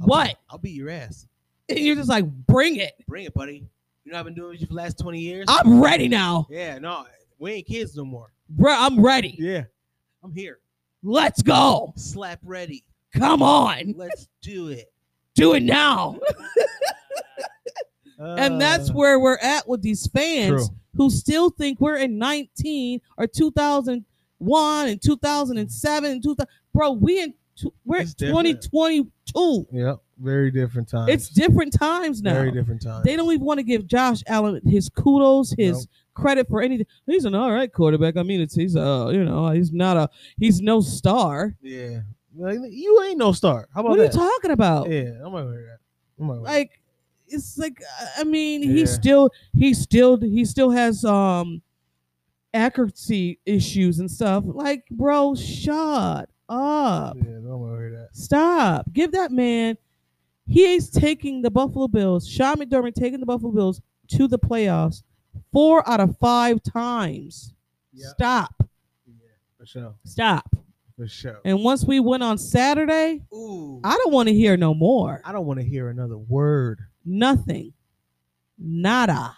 Speaker 3: I'll-
Speaker 4: what?
Speaker 3: I'll beat your ass.
Speaker 4: And (laughs) you're just like bring it.
Speaker 3: Bring it, buddy. You know I've been doing this for the last 20 years.
Speaker 4: I'm ready now,
Speaker 3: Yeah, no, we ain't kids no more.
Speaker 4: bro. I'm ready.
Speaker 3: Yeah, I'm here.
Speaker 4: Let's go.
Speaker 3: Slap ready.
Speaker 4: Come on,
Speaker 3: Let's do it.
Speaker 4: do it now. (laughs) And that's
Speaker 3: Uh,
Speaker 4: where we're at with these fans
Speaker 3: True.
Speaker 4: who still think we're in 19 or 2001 and 2007 and 2000. Bro, we in tw- we're in
Speaker 3: It's different.
Speaker 4: 2022.
Speaker 3: Yep, very different times.
Speaker 4: It's different times now.
Speaker 3: Very different times.
Speaker 4: They don't even want to give Josh Allen his kudos, his credit for anything. He's an all right quarterback. I mean, it's he's uh, you know, he's not a he's no star.
Speaker 3: Yeah, Like, you ain't no star. How about
Speaker 4: What are you
Speaker 3: that?
Speaker 4: talking about?
Speaker 3: yeah, I'm over that. I'm over that.
Speaker 4: like it's like I mean he
Speaker 3: Yeah.
Speaker 4: still he still he still has um accuracy issues and stuff. Like bro, shut up.
Speaker 3: Yeah, I'm over that.
Speaker 4: Stop. Give that man He is taking the Buffalo Bills, Sean McDermott taking the Buffalo Bills to the playoffs four out of five times.
Speaker 3: Yeah.
Speaker 4: Stop.
Speaker 3: for sure,
Speaker 4: Stop.
Speaker 3: for sure.
Speaker 4: And once we went on Saturday,
Speaker 3: Ooh,
Speaker 4: I don't want to hear no more.
Speaker 3: I don't want to hear another word.
Speaker 4: Nothing. Nada.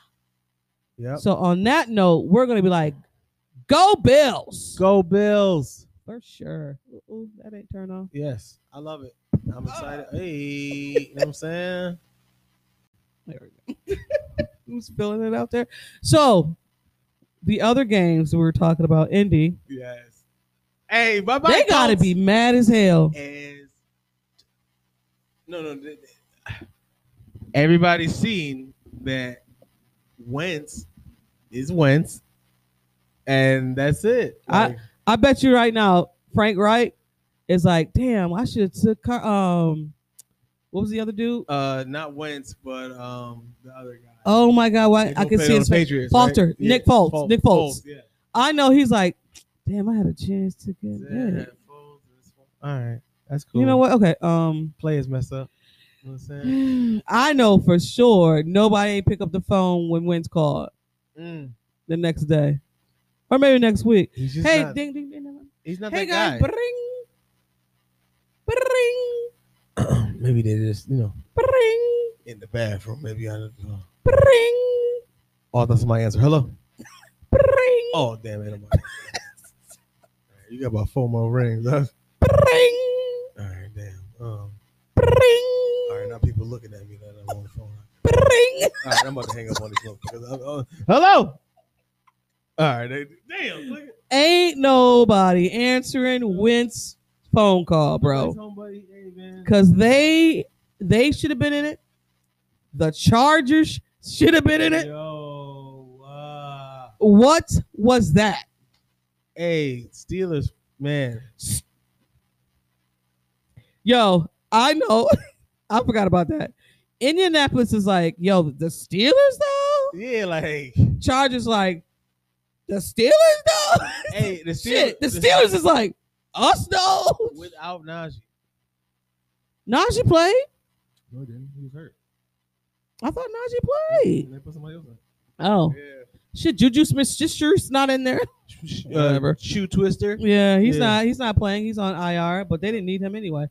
Speaker 3: Yep.
Speaker 4: So on that note, we're gonna be like, (laughs) go Bills.
Speaker 3: Go Bills.
Speaker 4: For sure. Ooh, that ain't turn off.
Speaker 3: Yes, I love it. Ah. I'm excited. Hey, you know what I'm saying?
Speaker 4: There we go. (laughs) Who's filling it out there? So the other games we were talking about, Indy,
Speaker 3: Yes. Hey, bye bye.
Speaker 4: they gotta be mad as hell.
Speaker 3: As no, no. th- th- Everybody's seen that Wentz is Wentz, and that's it.
Speaker 4: I-
Speaker 3: Like,
Speaker 4: I bet you right now, Frank Wright is like, damn, I should have took Car- um what was the other dude?
Speaker 3: uh, not Wentz, but um, the other guy.
Speaker 4: Oh my god, why
Speaker 3: They
Speaker 4: I
Speaker 3: both
Speaker 4: can
Speaker 3: played
Speaker 4: see
Speaker 3: on
Speaker 4: his
Speaker 3: the
Speaker 4: face.
Speaker 3: Patriots,
Speaker 4: Falter,
Speaker 3: right?
Speaker 4: Nick
Speaker 3: Yeah,
Speaker 4: Foles,
Speaker 3: Fol-
Speaker 4: Nick Foles.
Speaker 3: yeah.
Speaker 4: I know he's like, damn, I had a chance to get
Speaker 3: Yeah,
Speaker 4: it.
Speaker 3: Foles is- All right, that's cool.
Speaker 4: You know what? Okay, um
Speaker 3: Players mess up. You know what I'm saying?
Speaker 4: I know for sure nobody ain't pick up the phone when Wentz called
Speaker 3: Mm,
Speaker 4: the next day. Or maybe next week.
Speaker 3: he's just
Speaker 4: hey,
Speaker 3: not,
Speaker 4: ding ding ding. ding.
Speaker 3: he's not
Speaker 4: Hey
Speaker 3: that
Speaker 4: guys, bring.
Speaker 3: guy.
Speaker 4: Bring.
Speaker 3: (clears throat) Maybe they just, you know,
Speaker 4: Bring.
Speaker 3: in the bathroom. Maybe I don't know.
Speaker 4: Bring.
Speaker 3: Oh, that's my answer. Hello.
Speaker 4: Bring.
Speaker 3: Oh, damn it. I'm out. Alright, (laughs) you got about four more rings. Huh?
Speaker 4: Bring.
Speaker 3: All right, damn. Um,
Speaker 4: Bring.
Speaker 3: all right, now people looking at me that I'm on the phone.
Speaker 4: Bring.
Speaker 3: All right, I'm about to hang up on this motherfucker. I'm- oh, hello. All right, they- damn. Look at
Speaker 4: Ain't nobody answering Wentz phone call,
Speaker 3: Oh.
Speaker 4: bro.
Speaker 3: homebody. Hey, man.
Speaker 4: Cause they they should have been in it. The Chargers should have been in it.
Speaker 3: Yo, wow.
Speaker 4: What was that?
Speaker 3: Hey, Steelers, man.
Speaker 4: Yo, I know. (laughs) I forgot about that. Indianapolis is like, yo, the Steelers though?
Speaker 3: Yeah, like,
Speaker 4: Chargers like, the Steelers though? (laughs)
Speaker 3: hey, the Steelers.
Speaker 4: Shit, the Steelers is like, us though? (laughs)
Speaker 3: without Najee.
Speaker 4: Najee played.
Speaker 3: No, he didn't. He was hurt.
Speaker 4: I thought Najee played.
Speaker 3: they put somebody else in.
Speaker 4: Oh. Shit, Juju Smith Schuster's not in there. (laughs)
Speaker 3: Yeah.
Speaker 4: Whatever.
Speaker 3: uh, Shoe twister.
Speaker 4: Yeah, he's
Speaker 3: Yeah.
Speaker 4: not he's not playing. He's on IR, but they didn't need him anyway.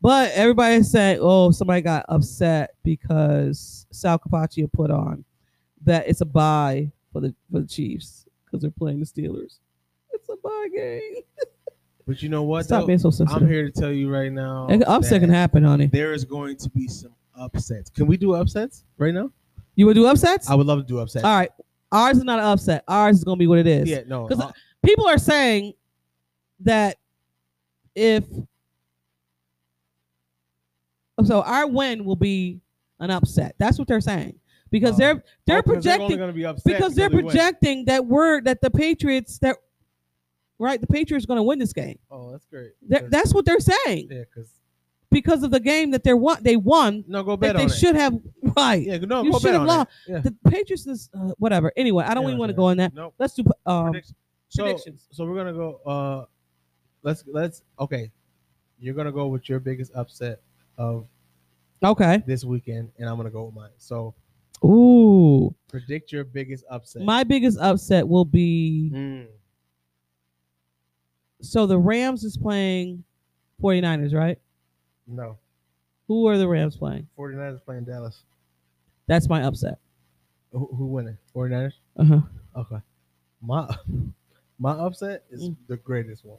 Speaker 4: But everybody said, oh, somebody got upset because Sal Capaccio put on that it's a bye for the for the Chiefs because they're playing the Steelers. It's a bye game.
Speaker 3: But you know what?
Speaker 4: Stop
Speaker 3: though?
Speaker 4: being so
Speaker 3: I'm
Speaker 4: sensitive.
Speaker 3: here to tell you right now.
Speaker 4: An upset can
Speaker 3: that
Speaker 4: happen, honey.
Speaker 3: There is going to be some upsets. Can we do upsets right now?
Speaker 4: You would do upsets?
Speaker 3: I would love to do upsets.
Speaker 4: All right. Ours is not an upset. Ours is gonna be what it is.
Speaker 3: Yeah, no.
Speaker 4: 'Cause
Speaker 3: uh,
Speaker 4: people are saying that if so our win will be an upset. That's what they're saying because
Speaker 3: Oh.
Speaker 4: they're they're
Speaker 3: oh, 'cause only
Speaker 4: projecting
Speaker 3: gonna be upset
Speaker 4: because they're
Speaker 3: we win.
Speaker 4: projecting that word that the Patriots that right the Patriots going to win this game.
Speaker 3: Oh, that's great.
Speaker 4: They're-
Speaker 3: That's-
Speaker 4: that's what they're saying
Speaker 3: yeah, because
Speaker 4: because of the game that they're won they won
Speaker 3: no, go
Speaker 4: that
Speaker 3: bet
Speaker 4: they
Speaker 3: on it.
Speaker 4: should have right.
Speaker 3: Yeah, no,
Speaker 4: You
Speaker 3: go
Speaker 4: should
Speaker 3: bet
Speaker 4: have
Speaker 3: on
Speaker 4: lost.
Speaker 3: it. Yeah.
Speaker 4: The Patriots is uh, whatever. Anyway, I don't
Speaker 3: Yeah,
Speaker 4: even want to
Speaker 3: yeah.
Speaker 4: go on that.
Speaker 3: Nope.
Speaker 4: Let's do um,
Speaker 3: Prediction. So,
Speaker 4: predictions.
Speaker 3: so we're gonna go. Uh, let's let's okay. You're gonna go with your biggest upset of
Speaker 4: Okay.
Speaker 3: this weekend, and I'm gonna go with mine. So
Speaker 4: Ooh.
Speaker 3: predict your biggest upset.
Speaker 4: My biggest upset will be
Speaker 3: Mm.
Speaker 4: so the Rams is playing 49ers, right?
Speaker 3: No,
Speaker 4: Who are the Rams playing?
Speaker 3: 49ers playing Dallas.
Speaker 4: That's my upset.
Speaker 3: Who, who winning? 49ers.
Speaker 4: Uh-huh.
Speaker 3: Okay. My (laughs) my upset is
Speaker 4: Mm.
Speaker 3: the greatest one.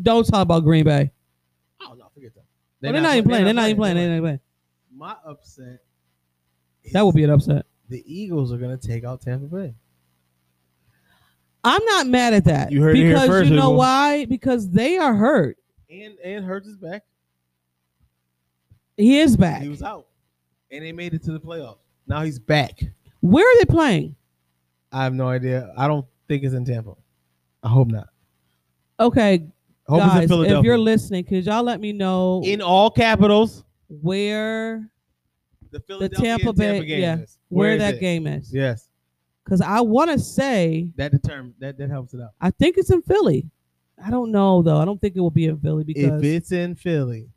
Speaker 4: Don't talk about Green Bay.
Speaker 3: Oh no, forget that.
Speaker 4: They're, they're not, even playing. They're not even playing. They're not even playing.
Speaker 3: My upset. Is
Speaker 4: That would be an upset.
Speaker 3: the Eagles are gonna take out Tampa Bay.
Speaker 4: I'm not mad at that.
Speaker 3: You heard it here
Speaker 4: because
Speaker 3: first,
Speaker 4: you know
Speaker 3: people.
Speaker 4: why? Because they are hurt.
Speaker 3: And and Hurts is back.
Speaker 4: He is back.
Speaker 3: He was out, and they made it to the playoffs. Now he's back.
Speaker 4: Where are they playing?
Speaker 3: I have no idea. I don't think it's in Tampa. I hope not.
Speaker 4: Okay,
Speaker 3: I hope it's
Speaker 4: guys,
Speaker 3: in Philadelphia.
Speaker 4: if you're listening, could y'all let me know
Speaker 3: in all capitals,
Speaker 4: where
Speaker 3: the
Speaker 4: Philadelphia Tampa and Tampa Bay- game yeah.
Speaker 3: is.
Speaker 4: where,
Speaker 3: is
Speaker 4: that
Speaker 3: it?
Speaker 4: game is?
Speaker 3: Yes,
Speaker 4: Because I want to say
Speaker 3: that determines that that helps it out.
Speaker 4: I think it's in Philly. I don't know though. I don't think it will be in Philly because
Speaker 3: if it's in Philly,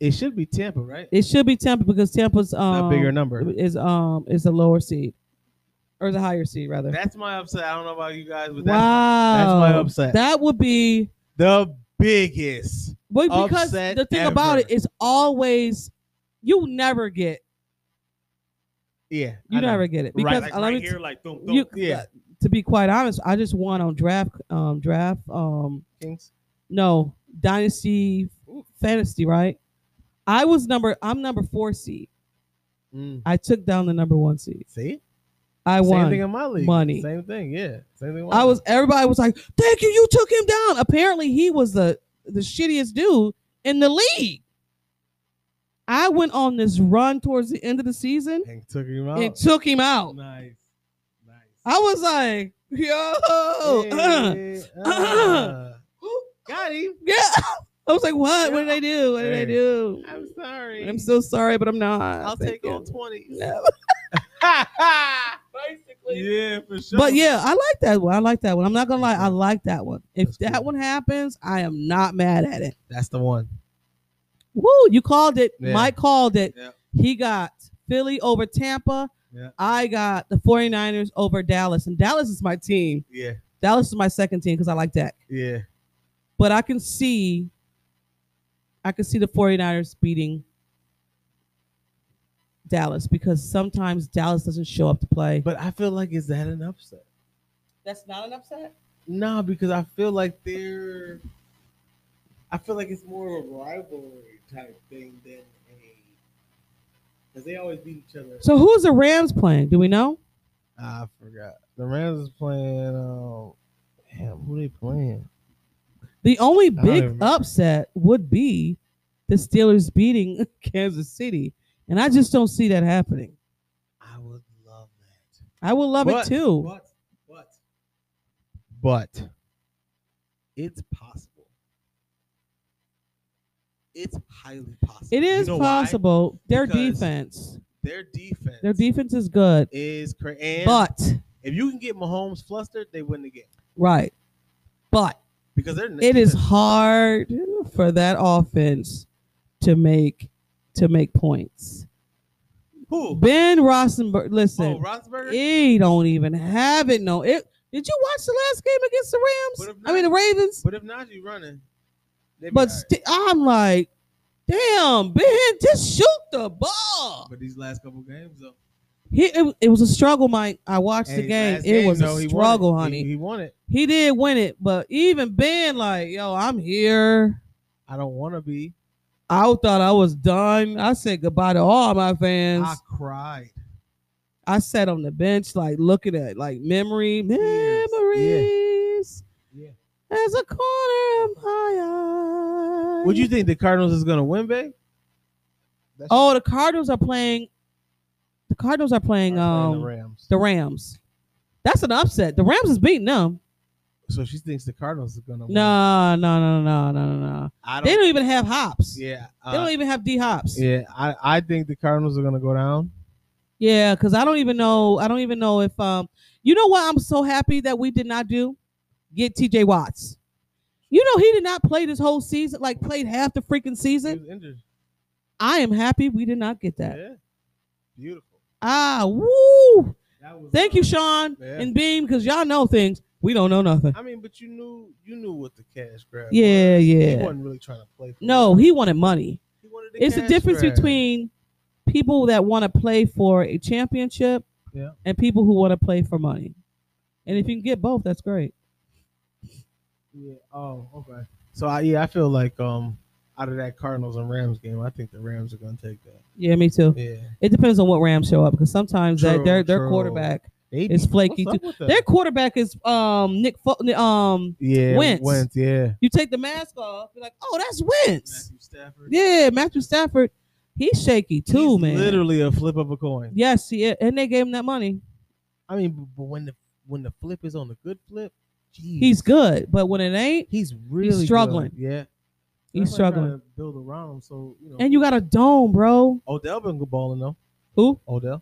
Speaker 3: It should be Tampa, right?
Speaker 4: It should be Tampa because Tampa's um
Speaker 3: a bigger number.
Speaker 4: is um is a lower seed or the higher seed rather.
Speaker 3: That's my upset. I don't know about you guys, but that's,
Speaker 4: wow,
Speaker 3: that's my upset.
Speaker 4: That would be
Speaker 3: the biggest.
Speaker 4: well, because
Speaker 3: Upset
Speaker 4: the thing about
Speaker 3: ever.
Speaker 4: it is always you never get
Speaker 3: Yeah,
Speaker 4: you
Speaker 3: I know.
Speaker 4: never get it
Speaker 3: Right,
Speaker 4: because
Speaker 8: Like
Speaker 4: uh, let
Speaker 8: right
Speaker 4: me t-
Speaker 8: here, like boom, boom.
Speaker 4: you,
Speaker 3: yeah.
Speaker 4: to be quite honest, I just won on draft um draft um
Speaker 3: Kings.
Speaker 4: no dynasty fantasy right. I was number I'm number four seed.
Speaker 3: Mm.
Speaker 4: I took down the number one seed.
Speaker 3: See,
Speaker 4: I
Speaker 3: same
Speaker 4: won.
Speaker 3: thing in my league.
Speaker 4: Money.
Speaker 3: Same thing. Yeah, same thing. in my
Speaker 4: I
Speaker 3: league.
Speaker 4: was everybody was like, "Thank you, you took him down." Apparently, he was the the shittiest dude in the league. I went on this run towards the end of the season
Speaker 3: and took him out.
Speaker 4: and took him out.
Speaker 3: nice, nice.
Speaker 4: I was like, "Yo, (laughs) uh,
Speaker 3: Hey,
Speaker 4: (laughs) uh.
Speaker 3: uh, (gasps) got him.
Speaker 4: yeah." I was like, "What? What did I do? What did I
Speaker 3: Hey.
Speaker 4: do?"
Speaker 3: I'm sorry.
Speaker 4: I'm so sorry, but I'm not.
Speaker 3: I'll
Speaker 4: Thank
Speaker 3: take
Speaker 4: you.
Speaker 3: on twenty. (laughs)
Speaker 4: No.
Speaker 3: Basically. Yeah, for sure.
Speaker 4: But yeah, I like that one. I like that one. I'm not gonna lie,
Speaker 3: Thank
Speaker 4: I like that one. If
Speaker 3: That's
Speaker 4: that
Speaker 3: cool.
Speaker 4: one happens, I am not mad at it.
Speaker 3: that's the one.
Speaker 4: Woo, you called it.
Speaker 3: Yeah.
Speaker 4: Mike called it.
Speaker 3: Yeah.
Speaker 4: He got Philly over Tampa.
Speaker 3: Yeah.
Speaker 4: I got the 49ers over Dallas. And Dallas is my team.
Speaker 3: Yeah,
Speaker 4: Dallas is my second team because I like that.
Speaker 3: yeah.
Speaker 4: But I can see I can see the 49ers beating Dallas because sometimes Dallas doesn't show up to play.
Speaker 3: But I feel like is that an upset?
Speaker 4: that's not an upset.
Speaker 3: No, because I feel like they're. I feel like it's more of a rivalry type thing than a. Because they always beat each other.
Speaker 4: So who's the Rams playing? Do we know?
Speaker 3: I forgot. The Rams is playing. Um, damn, who they playing?
Speaker 4: The only
Speaker 3: don't
Speaker 4: big
Speaker 3: even-
Speaker 4: upset would be the Steelers beating (laughs) Kansas City. And I just don't see that happening.
Speaker 3: I would love that.
Speaker 4: I would love
Speaker 3: But-
Speaker 4: it too.
Speaker 3: But, but, but, it's possible. It's highly possible.
Speaker 4: It is
Speaker 3: You know why?
Speaker 4: possible. Their
Speaker 3: Because-
Speaker 4: defense.
Speaker 3: Their defense.
Speaker 4: Their defense is good.
Speaker 3: is crazy. And
Speaker 4: But
Speaker 3: if you can get Mahomes flustered, they win the game
Speaker 4: right. But
Speaker 3: because they're.
Speaker 4: it is hard for that offense to make to make points.
Speaker 3: who?
Speaker 4: Ben Rossenberg,
Speaker 3: Oh,
Speaker 4: listen,
Speaker 3: Roethlisberger.
Speaker 4: he don't even have it. No, it did you watch the last game against the
Speaker 3: But
Speaker 4: Rams?
Speaker 3: if
Speaker 4: I mean the Ravens.
Speaker 3: but if Najee running, they be
Speaker 4: But
Speaker 3: all right.
Speaker 4: sti- I'm like, damn, Ben, just shoot the ball.
Speaker 3: but these last couple games though,
Speaker 4: He, it, it was a struggle, Mike. I watched the
Speaker 3: And his
Speaker 4: game.
Speaker 3: last
Speaker 4: It was
Speaker 3: though,
Speaker 4: a
Speaker 3: he won
Speaker 4: struggle,
Speaker 3: it.
Speaker 4: honey.
Speaker 3: He, he won it.
Speaker 4: He did win it, but even Ben, like, yo, I'm here.
Speaker 3: I don't want to be.
Speaker 4: I thought I was done. I said goodbye to all my fans.
Speaker 3: I cried.
Speaker 4: I sat on the bench, like looking at like memory,
Speaker 3: Tears. Yeah.
Speaker 4: memories.
Speaker 3: Yeah.
Speaker 4: As a corner of my eye.
Speaker 3: What do you think the Cardinals is gonna win, babe?
Speaker 4: Oh, the Cardinals are playing. The Cardinals are playing.
Speaker 3: Are
Speaker 4: Um,
Speaker 3: playing the Rams.
Speaker 4: the Rams. That's an upset. The Rams is beating them.
Speaker 3: So she thinks the Cardinals are gonna. win.
Speaker 4: No, no, no, no, no, no, no.
Speaker 3: I don't.
Speaker 4: They don't even have hops.
Speaker 3: yeah, uh,
Speaker 4: They don't even have D hops.
Speaker 3: yeah. I, I think the Cardinals are gonna go down.
Speaker 4: Yeah, because I don't even know. I don't even know if um. You know what? I'm so happy that we did not do get T.J. Watts. You know he did not play this whole season. Like played half the freaking
Speaker 3: He
Speaker 4: season.
Speaker 3: was injured.
Speaker 4: I am happy we did not get that.
Speaker 3: Yeah, beautiful.
Speaker 4: Ah, woo!
Speaker 3: That was,
Speaker 4: Thank you,
Speaker 3: uh,
Speaker 4: Sean
Speaker 3: Yeah.
Speaker 4: and Beam, because y'all know things. We don't know nothing.
Speaker 3: I mean, but you knew you knew what the cash grab.
Speaker 4: Yeah,
Speaker 3: was. He
Speaker 4: yeah.
Speaker 3: wasn't really trying to play. For
Speaker 4: No,
Speaker 3: it.
Speaker 4: he wanted money.
Speaker 3: He wanted
Speaker 4: it's the
Speaker 3: cash
Speaker 4: difference
Speaker 3: grab.
Speaker 4: between people that want to play for a championship
Speaker 3: Yeah.
Speaker 4: and people who want to play for money. And if you can get both, that's great.
Speaker 3: Yeah. Oh, okay. So I, yeah, I feel like um out of that Cardinals and Rams game, I think the Rams are gonna take that.
Speaker 4: Yeah, me too.
Speaker 3: Yeah,
Speaker 4: It depends on what Rams show up because sometimes that
Speaker 3: True,
Speaker 4: their their
Speaker 3: true.
Speaker 4: quarterback,
Speaker 3: they
Speaker 4: It's
Speaker 3: be-
Speaker 4: flaky,
Speaker 3: what's up with them?
Speaker 4: their quarterback is um Nick Fo- um.
Speaker 3: yeah,
Speaker 4: Wentz.
Speaker 3: Wentz, yeah.
Speaker 4: You take the mask off, you're like, oh, that's Wentz.
Speaker 3: Stafford.
Speaker 4: Yeah, Matthew Stafford, he's shaky too,
Speaker 3: He's
Speaker 4: man.
Speaker 3: Literally a flip of a coin.
Speaker 4: Yes, he is. and they gave him that money.
Speaker 3: I mean, but, but when the when the flip is on the good flip, geez,
Speaker 4: He's good, but when it ain't,
Speaker 3: he's really
Speaker 4: struggling.
Speaker 3: good. Yeah,
Speaker 4: he's
Speaker 3: That's why they try
Speaker 4: struggling.
Speaker 3: to build around him, so you know.
Speaker 4: And you got a dome, bro.
Speaker 3: Odell been good balling though.
Speaker 4: Who?
Speaker 3: Odell.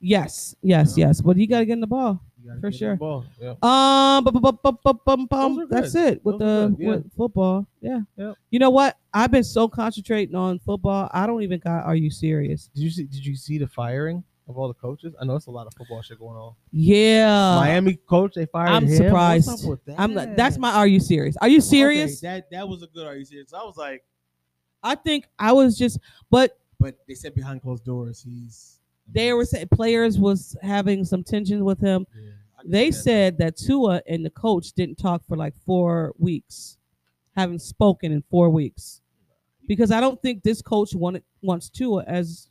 Speaker 4: Yes, yes, yes. But you got to get in the ball.
Speaker 6: You gotta
Speaker 4: For
Speaker 6: get the
Speaker 4: sure.
Speaker 6: Ball. Yep.
Speaker 4: Um, bu- bu- bu- bu- bu- bum- bum.
Speaker 6: Those are
Speaker 4: that's
Speaker 6: good.
Speaker 4: it with
Speaker 6: Those are
Speaker 4: the
Speaker 6: good, yeah.
Speaker 4: with football. Yeah.
Speaker 6: Yep.
Speaker 4: You know what? I've been so concentrating on football. I don't even got. Are you serious?
Speaker 6: Did you see? Did you see the firing of all the coaches? I know it's a lot of football shit going on.
Speaker 4: Yeah.
Speaker 6: Miami coach, they fired
Speaker 4: Uh, I'm
Speaker 6: him.
Speaker 4: surprised.
Speaker 6: What's up with that?
Speaker 4: I'm not, that's my. Are you serious? Are you serious?
Speaker 3: Okay, that that was a good. Are you serious? I was like,
Speaker 4: I think I was just, but
Speaker 3: but they said behind closed doors, he's.
Speaker 4: they were saying players was having some tension with him.
Speaker 3: Yeah, I get
Speaker 4: They
Speaker 3: that.
Speaker 4: said that Tua and the coach didn't talk for like four weeks, haven't spoken in four weeks, because I don't think this coach wanted wants Tua as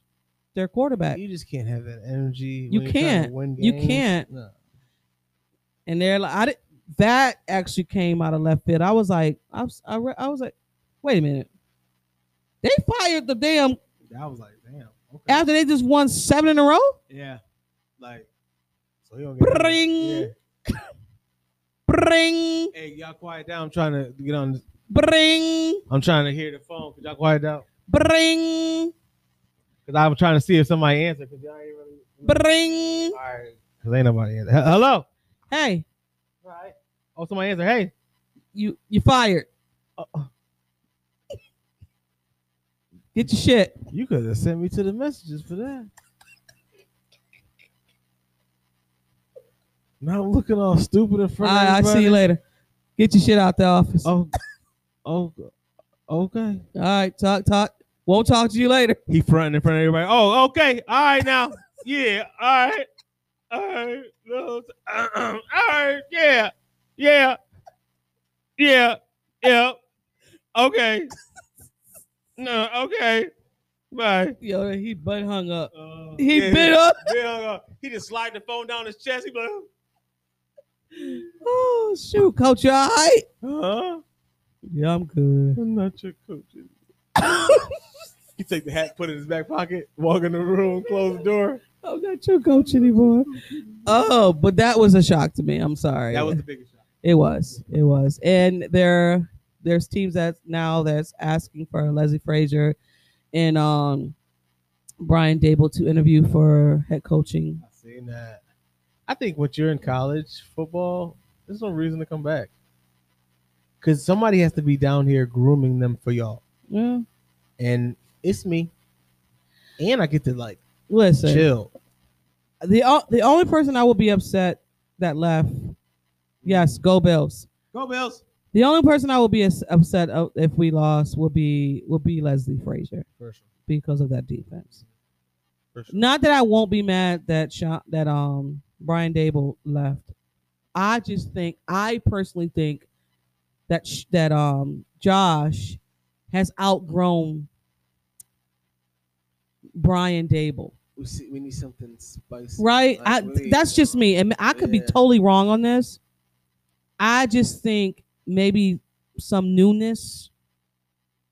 Speaker 4: their quarterback.
Speaker 6: You just can't have that energy.
Speaker 4: You
Speaker 6: when you're trying to
Speaker 4: can't.
Speaker 6: win
Speaker 4: You
Speaker 6: games.
Speaker 4: can't.
Speaker 6: No.
Speaker 4: and they're like, I did, that actually came out of left field. I was like, I was, I, re- I was like, wait a minute, they fired the damn
Speaker 3: I was like, damn. Okay.
Speaker 4: after they just won seven in a row.
Speaker 3: yeah, like.
Speaker 6: So you don't get
Speaker 4: Bring, bring,
Speaker 6: Yeah. Hey, y'all quiet down. I'm trying to get on. This.
Speaker 4: bring,
Speaker 6: I'm trying to hear the phone. Could y'all quiet down?
Speaker 4: bring,
Speaker 6: Because I'm trying to see if somebody answered. Because y'all ain't really.
Speaker 4: bring.
Speaker 6: All right. Because ain't nobody answer. He- Hello.
Speaker 4: Hey,
Speaker 6: Right. Oh, somebody answer. Hey.
Speaker 4: you, you fired.
Speaker 6: Uh,
Speaker 4: Get your shit.
Speaker 6: you could have sent me to the messages for that. Now I'm looking all stupid in
Speaker 4: All
Speaker 6: front
Speaker 4: right,
Speaker 6: of
Speaker 4: I'll see
Speaker 6: everybody.
Speaker 4: you later. Get your shit out the office.
Speaker 6: Oh, oh, okay.
Speaker 4: All right, talk, talk. Won't talk to you later.
Speaker 6: He fronting in front of everybody. Oh, okay. All right now. Yeah. All right. All right. No, (clears throat) all right. Yeah. Yeah. Yeah. Yeah. Okay. No. Okay. Bye.
Speaker 4: Yo, he butt hung up.
Speaker 6: Uh,
Speaker 4: He
Speaker 6: yeah,
Speaker 4: bit up.
Speaker 6: yeah, uh, he just slide the phone down his chest. He be like,
Speaker 4: Oh shoot, coach, you all right?
Speaker 6: huh?
Speaker 4: Yeah, I'm good.
Speaker 6: I'm not your coach. (laughs) he take the hat, put it in his back pocket, walk in the room, close the door.
Speaker 4: I'm not your coach anymore. Oh, but that was a shock to me. I'm sorry.
Speaker 6: That was the biggest shot.
Speaker 4: it was. It was. And there there's teams that now that's asking for Leslie Frazier and um Brian Dable to interview for head coaching.
Speaker 6: I seen that. I think when you're in college football, there's no reason to come back. Cause somebody has to be down here grooming them for y'all,
Speaker 4: Yeah.
Speaker 6: and it's me. And I get to like
Speaker 4: Listen.
Speaker 6: chill.
Speaker 4: The o- the only person I would be upset that left. Yes, go Bills.
Speaker 3: Go Bills.
Speaker 4: The only person I would be as- upset o- if we lost would be would be Leslie Frazier
Speaker 6: For sure.
Speaker 4: because of that defense.
Speaker 6: For sure.
Speaker 4: Not that I won't be mad that Sha that um Brian Dable left. I just think I personally think that sh- that um Josh has outgrown Brian Dable.
Speaker 3: We, see, we need something spicy.
Speaker 4: Right?
Speaker 3: Like,
Speaker 4: I,
Speaker 3: we need-
Speaker 4: that's just me. And I could be
Speaker 3: Yeah.
Speaker 4: totally wrong on this. I just think maybe some newness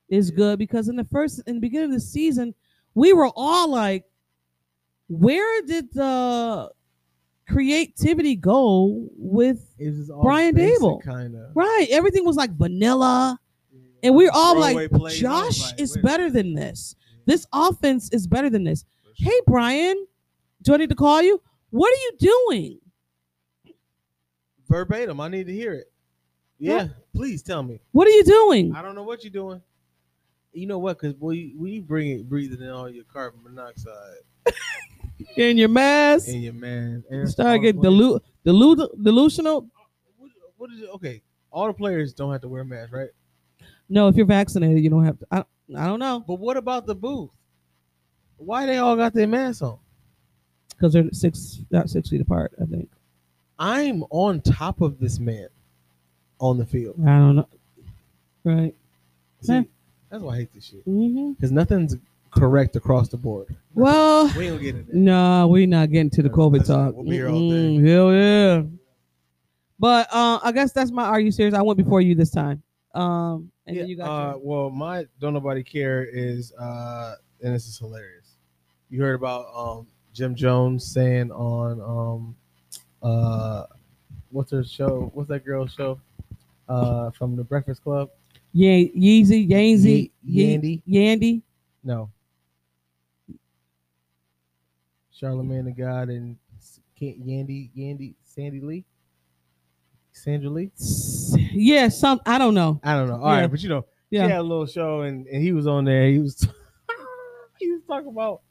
Speaker 4: is good because in the first in the beginning of the season, we were all like, where did the creativity go with
Speaker 6: It's just all
Speaker 4: Brian Dable.
Speaker 6: kind of.
Speaker 4: right? Everything was like vanilla. And we're all
Speaker 3: Throwaway
Speaker 4: like,
Speaker 3: plays. I was
Speaker 4: Josh
Speaker 3: like,
Speaker 4: is
Speaker 3: wait a
Speaker 4: better than this. This offense is better than this. Hey, Brian, do I need to call you? What are you doing?
Speaker 6: Verbatim. I need to hear it. Yeah, please tell me.
Speaker 4: What are you doing?
Speaker 6: I don't know what you're doing. You know what? Because boy, when you bring it, breathing in all your carbon monoxide
Speaker 4: In your mask?
Speaker 6: in your man,
Speaker 4: You start getting delu- delu- delusional?
Speaker 6: What, what is it? Okay, all the players don't have to wear masks, right?
Speaker 4: No, if you're vaccinated, you don't have to. I, I don't know
Speaker 6: But what about the booth? Why they all got their masks on?
Speaker 4: because they're six, not six feet apart, I think.
Speaker 6: I'm on top of this man on the field.
Speaker 4: I don't know. Right.
Speaker 6: See,
Speaker 4: Yeah.
Speaker 6: that's why I hate this shit.
Speaker 4: hmm
Speaker 6: Because nothing's correct across the board.
Speaker 4: Well,
Speaker 6: We ain't gonna get it.
Speaker 4: No, we're not getting to the COVID
Speaker 6: Listen,
Speaker 4: talk.
Speaker 6: we'll be here all day.
Speaker 4: Mm-mm, Hell yeah. But uh, I guess that's my are you serious? I went before you this time. Um, and then you got
Speaker 6: uh, well, my don't nobody care is, uh, and this is hilarious. You heard about um, Jim Jones saying on um, uh, what's her show? What's that girl's show? Uh, from the Breakfast Club.
Speaker 4: your, Ye- Yeezy, Yanzy,
Speaker 6: Ye-
Speaker 4: Ye-
Speaker 6: Yandy?
Speaker 4: Yandy.
Speaker 6: No. Charlemagne the God and Can't Yandy Yandy Sandy Lee, Sandra Lee.
Speaker 4: Yeah, some I don't know.
Speaker 6: I don't know. All right,
Speaker 4: Yeah.
Speaker 6: but you know,
Speaker 4: Yeah.
Speaker 6: she had a little show, and, and he was on there. He was (laughs) he was talking about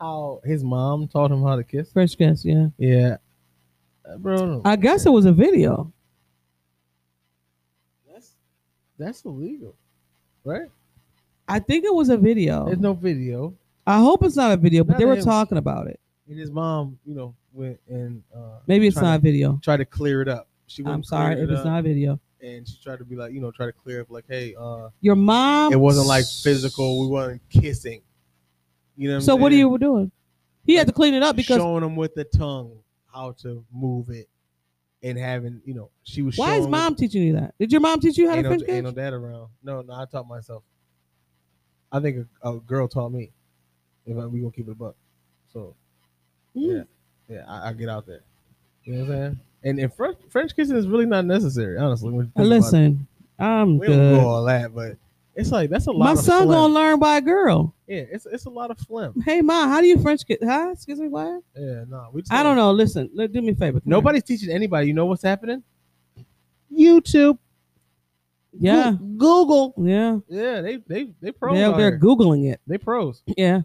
Speaker 6: how his mom taught him how to kiss.
Speaker 4: Fresh guess, yeah.
Speaker 6: Yeah, Uh, bro,
Speaker 4: I guess it was a video.
Speaker 6: that's that's illegal, right?
Speaker 4: I think it was a video.
Speaker 6: There's no video,
Speaker 4: I hope it's not a video, but
Speaker 6: No,
Speaker 4: they were
Speaker 6: they-
Speaker 4: talking about it.
Speaker 6: and his mom, you know, went and uh,
Speaker 4: Maybe it's
Speaker 6: tried to-
Speaker 4: not a video.
Speaker 6: tried to clear it up. She went
Speaker 4: I'm sorry if it's not a video.
Speaker 6: and she tried to be like, you know, try to clear up, like, hey, uh,
Speaker 4: Your mom.
Speaker 6: it
Speaker 4: (laughs)
Speaker 6: wasn't like physical. We weren't kissing. You know. What
Speaker 4: So
Speaker 6: I'm
Speaker 4: what are
Speaker 6: saying?
Speaker 4: you doing? He had to clean it up because
Speaker 6: showing them with the tongue how to move it and having you know she was
Speaker 4: why
Speaker 6: showing
Speaker 4: is mom teaching you that? Did your mom teach you how
Speaker 6: ain't
Speaker 4: to
Speaker 6: no,
Speaker 4: French
Speaker 6: ain't no
Speaker 4: kiss?
Speaker 6: dad around no no i taught myself i think a, a girl taught me if I, we gonna keep it a buck so
Speaker 4: Mm.
Speaker 6: yeah I, I get out there you know what i'm saying and, and french french kissing is really not necessary honestly when you think about it.
Speaker 4: Listen, I'm
Speaker 6: we don't go
Speaker 4: good.
Speaker 6: all that but it's like that's a lot
Speaker 4: My
Speaker 6: of
Speaker 4: son
Speaker 6: phlegm.
Speaker 4: gonna learn by a girl.
Speaker 6: yeah it's, it's a lot of phlegm
Speaker 4: Hey, ma, how do you French kiss? Huh? Excuse me, what?
Speaker 6: yeah no we just
Speaker 4: I don't know. Listen, let, do me a favor. Come
Speaker 6: nobody's teaching anybody you know what's happening youtube
Speaker 4: here. Yeah.
Speaker 6: Goo- google
Speaker 4: Yeah.
Speaker 6: Yeah, they they they pros.
Speaker 4: They're,
Speaker 6: out
Speaker 4: they're
Speaker 6: here.
Speaker 4: Googling it.
Speaker 6: They pros.
Speaker 4: Yeah.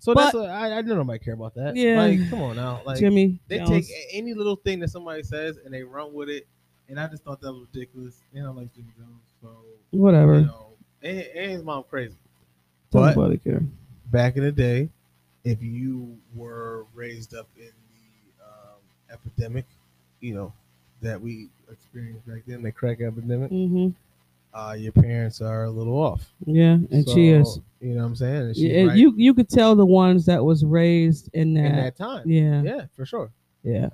Speaker 6: So
Speaker 4: But-
Speaker 6: that's a, I I know nobody care about that.
Speaker 4: Yeah.
Speaker 6: like come on now, like
Speaker 4: Jimmy.
Speaker 6: they
Speaker 4: Jones.
Speaker 6: take a- any little thing that somebody says and they run with it, and I just thought that was ridiculous. And I like Jimmy Jones, so
Speaker 4: whatever.
Speaker 6: you know, and, and his mom crazy.
Speaker 4: Don't
Speaker 6: But-
Speaker 4: nobody care.
Speaker 6: Back in the day, if you were raised up in the um, epidemic, you know that we experienced back then, the crack epidemic,
Speaker 4: hmm
Speaker 6: uh, your parents are a little off.
Speaker 4: Yeah. And
Speaker 6: So,
Speaker 4: cheers.
Speaker 6: You know what I'm saying? And she
Speaker 4: Yeah,
Speaker 6: right
Speaker 4: you you could tell the ones that was raised in that.
Speaker 6: in that time.
Speaker 4: yeah, yeah,
Speaker 6: Yeah, for sure. Yep.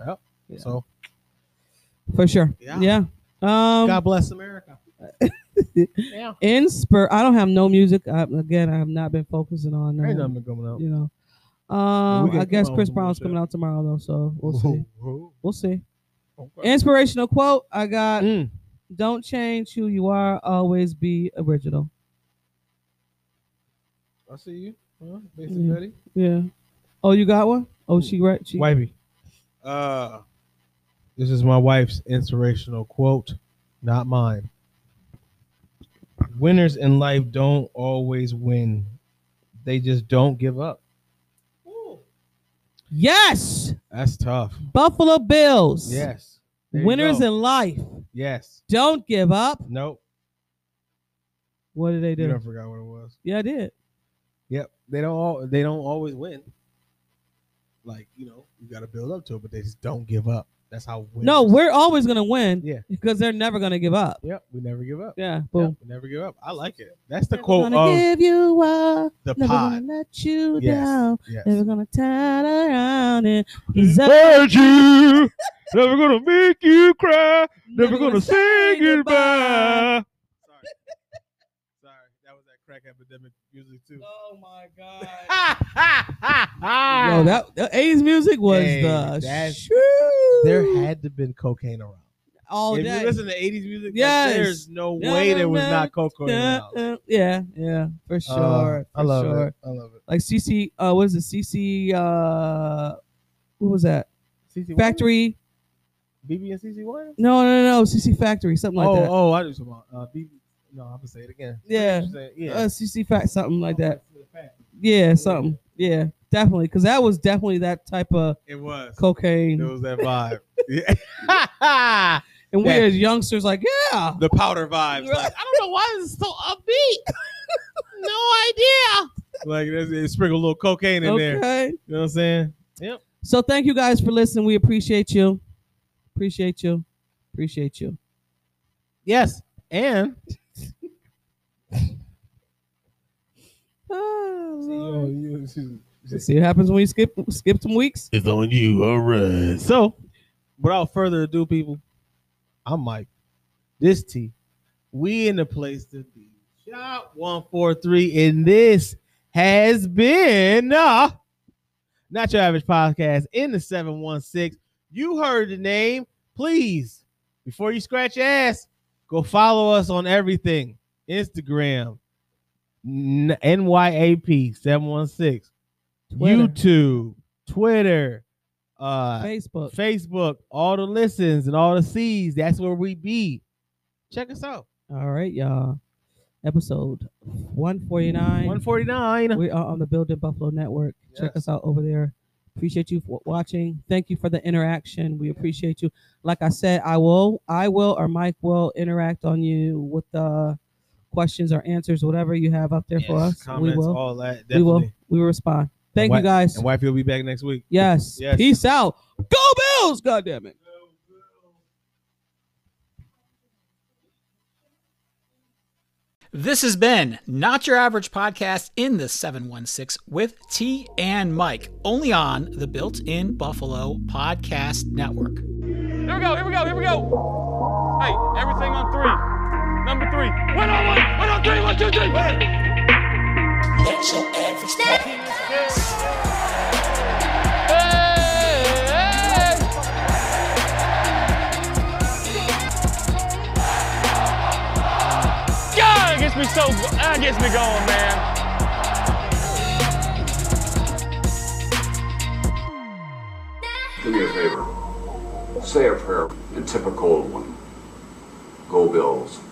Speaker 4: Yeah.
Speaker 6: So
Speaker 4: for sure.
Speaker 6: Yeah.
Speaker 4: Yeah. Um,
Speaker 6: God bless America. yeah.
Speaker 4: in spur, I don't have no music. I, again, I have not been focusing on.
Speaker 6: Ain't
Speaker 4: um,
Speaker 6: nothing coming out.
Speaker 4: you know.
Speaker 6: we
Speaker 4: Um, I
Speaker 6: gotta come
Speaker 4: guess
Speaker 6: out with
Speaker 4: Chris
Speaker 6: some
Speaker 4: Brown's
Speaker 6: more
Speaker 4: coming
Speaker 6: stuff.
Speaker 4: out tomorrow though, so we'll see.
Speaker 6: Whoa,
Speaker 4: We'll see.
Speaker 6: whoa, okay.
Speaker 4: Inspirational quote I got:
Speaker 6: Mm.
Speaker 4: "Don't change who you are. Always be original."
Speaker 6: I see you. Huh? Basic
Speaker 4: Yeah.
Speaker 6: Betty.
Speaker 4: Yeah. Oh, you got one? Oh,
Speaker 6: Mm.
Speaker 4: she right. She,
Speaker 6: Wifey. Uh, this is my wife's inspirational quote, not mine. Winners in life don't always win. They just don't give up.
Speaker 4: yes,
Speaker 6: That's tough.
Speaker 4: Buffalo Bills.
Speaker 6: Yes. There you
Speaker 4: Winners
Speaker 6: go.
Speaker 4: in life.
Speaker 6: Yes.
Speaker 4: Don't give up.
Speaker 6: Nope.
Speaker 4: What did they
Speaker 6: You
Speaker 4: do?
Speaker 6: don't forgot what it was.
Speaker 4: Yeah, I did.
Speaker 6: Yep. They don't all they don't always win. Like, you know, you gotta build up to it, but they just don't give up. That's how winners.
Speaker 4: No, we're always gonna win.
Speaker 6: Yeah.
Speaker 4: Because they're never gonna give up.
Speaker 6: Yep, we never give up.
Speaker 4: Yeah.
Speaker 6: Yep,
Speaker 4: Boom.
Speaker 6: we never give up. I like it. That's the
Speaker 4: Never
Speaker 6: quote
Speaker 4: gonna
Speaker 6: of
Speaker 4: give you up.
Speaker 6: the
Speaker 4: Never
Speaker 6: pod.
Speaker 4: gonna let you
Speaker 6: Yes.
Speaker 4: down.
Speaker 6: Yes. Mm-hmm.
Speaker 4: Never gonna turn around and desert.
Speaker 3: hurt (laughs) you. Never gonna make you cry. Never, gonna, say goodbye.
Speaker 6: (laughs) Sorry. Sorry. That was that crack epidemic music too.
Speaker 4: Oh my
Speaker 6: (laughs)
Speaker 4: god.
Speaker 6: No,
Speaker 4: No, that the 80s music was
Speaker 6: Hey,
Speaker 4: the
Speaker 6: that's-
Speaker 4: shoo-
Speaker 6: there had to been cocaine around.
Speaker 4: all
Speaker 6: if
Speaker 4: day.
Speaker 6: you listen to 80s music, like,
Speaker 4: Oh, Yes.
Speaker 6: there's no way there was not cocaine
Speaker 4: yeah,
Speaker 6: around.
Speaker 4: uh, yeah, yeah, for
Speaker 6: Uh,
Speaker 4: sure.
Speaker 6: I
Speaker 4: for
Speaker 6: love
Speaker 4: sure.
Speaker 6: it. I love
Speaker 4: Like CC, uh, what is it? CC, uh, what was that?
Speaker 6: it. CC
Speaker 4: Factory.
Speaker 6: BB and CC Wine?
Speaker 4: No, no, no, CC Factory, something like
Speaker 6: oh,
Speaker 4: that.
Speaker 6: oh, I do some. Uh, BB. No, I'm gonna say it again.
Speaker 4: Yeah.
Speaker 6: You said- yeah,
Speaker 4: Uh, CC Fact, something like that. Yeah, something. Yeah, definitely, because that was definitely that type of
Speaker 6: It was. It
Speaker 4: cocaine.
Speaker 6: was that vibe. Yeah.
Speaker 4: And we
Speaker 6: Yeah.
Speaker 4: as youngsters, like, yeah,
Speaker 6: the powder vibes. Like, I don't know why it's so upbeat. (laughs) no idea. Like there's- it sprinkle a little cocaine in there.
Speaker 4: okay.
Speaker 6: You know what I'm saying?
Speaker 4: So thank you guys for listening. We appreciate you. Appreciate you. Appreciate you.
Speaker 6: Yes. And
Speaker 4: Oh, Lord.
Speaker 6: so,
Speaker 4: See what happens when we skip skip some weeks.
Speaker 3: It's on you. All right.
Speaker 6: without further ado, people, I'm Mike. This T. We in the place to be. Shot one four three, and this has been uh, not your average podcast in the seven one six. You heard the name. Please, before you scratch your ass, go follow us on everything: Instagram, N- NYAP seven one six,
Speaker 4: Twitter.
Speaker 6: YouTube, Twitter, uh, uh,
Speaker 4: Facebook.
Speaker 6: Facebook, all the listens and all the sees. That's where we be. Check us out.
Speaker 4: All right, y'all. Episode 149.
Speaker 6: (laughs) 149.
Speaker 4: We are on the Building Buffalo Network. Check us out over there. Appreciate you for watching. Thank you for the interaction. We appreciate you. Like I said, I will, I will, or Mike will interact on you with the questions or answers, whatever you have up there for
Speaker 6: Yes,
Speaker 4: us. We
Speaker 6: comments,
Speaker 4: will,
Speaker 6: all that.
Speaker 4: we will,
Speaker 6: definitely.
Speaker 4: we will respond. Thank
Speaker 6: why-
Speaker 4: you guys.
Speaker 6: And Wifey will be back next week.
Speaker 4: Yes.
Speaker 6: Yes.
Speaker 4: Peace out. Go Bills. God damn it.
Speaker 1: This has been Not Your Average Podcast in the 716 with T and Mike, only on the Built in Buffalo Podcast Network.
Speaker 3: Here we go, here we go, here we go. Hey, everything on three. Number three. One on one, one on three, one, two, three. Hey, hey. God, it gets me so, that gets me going, man.
Speaker 9: Do me a favor. Say a prayer, a typical one. Go Bills.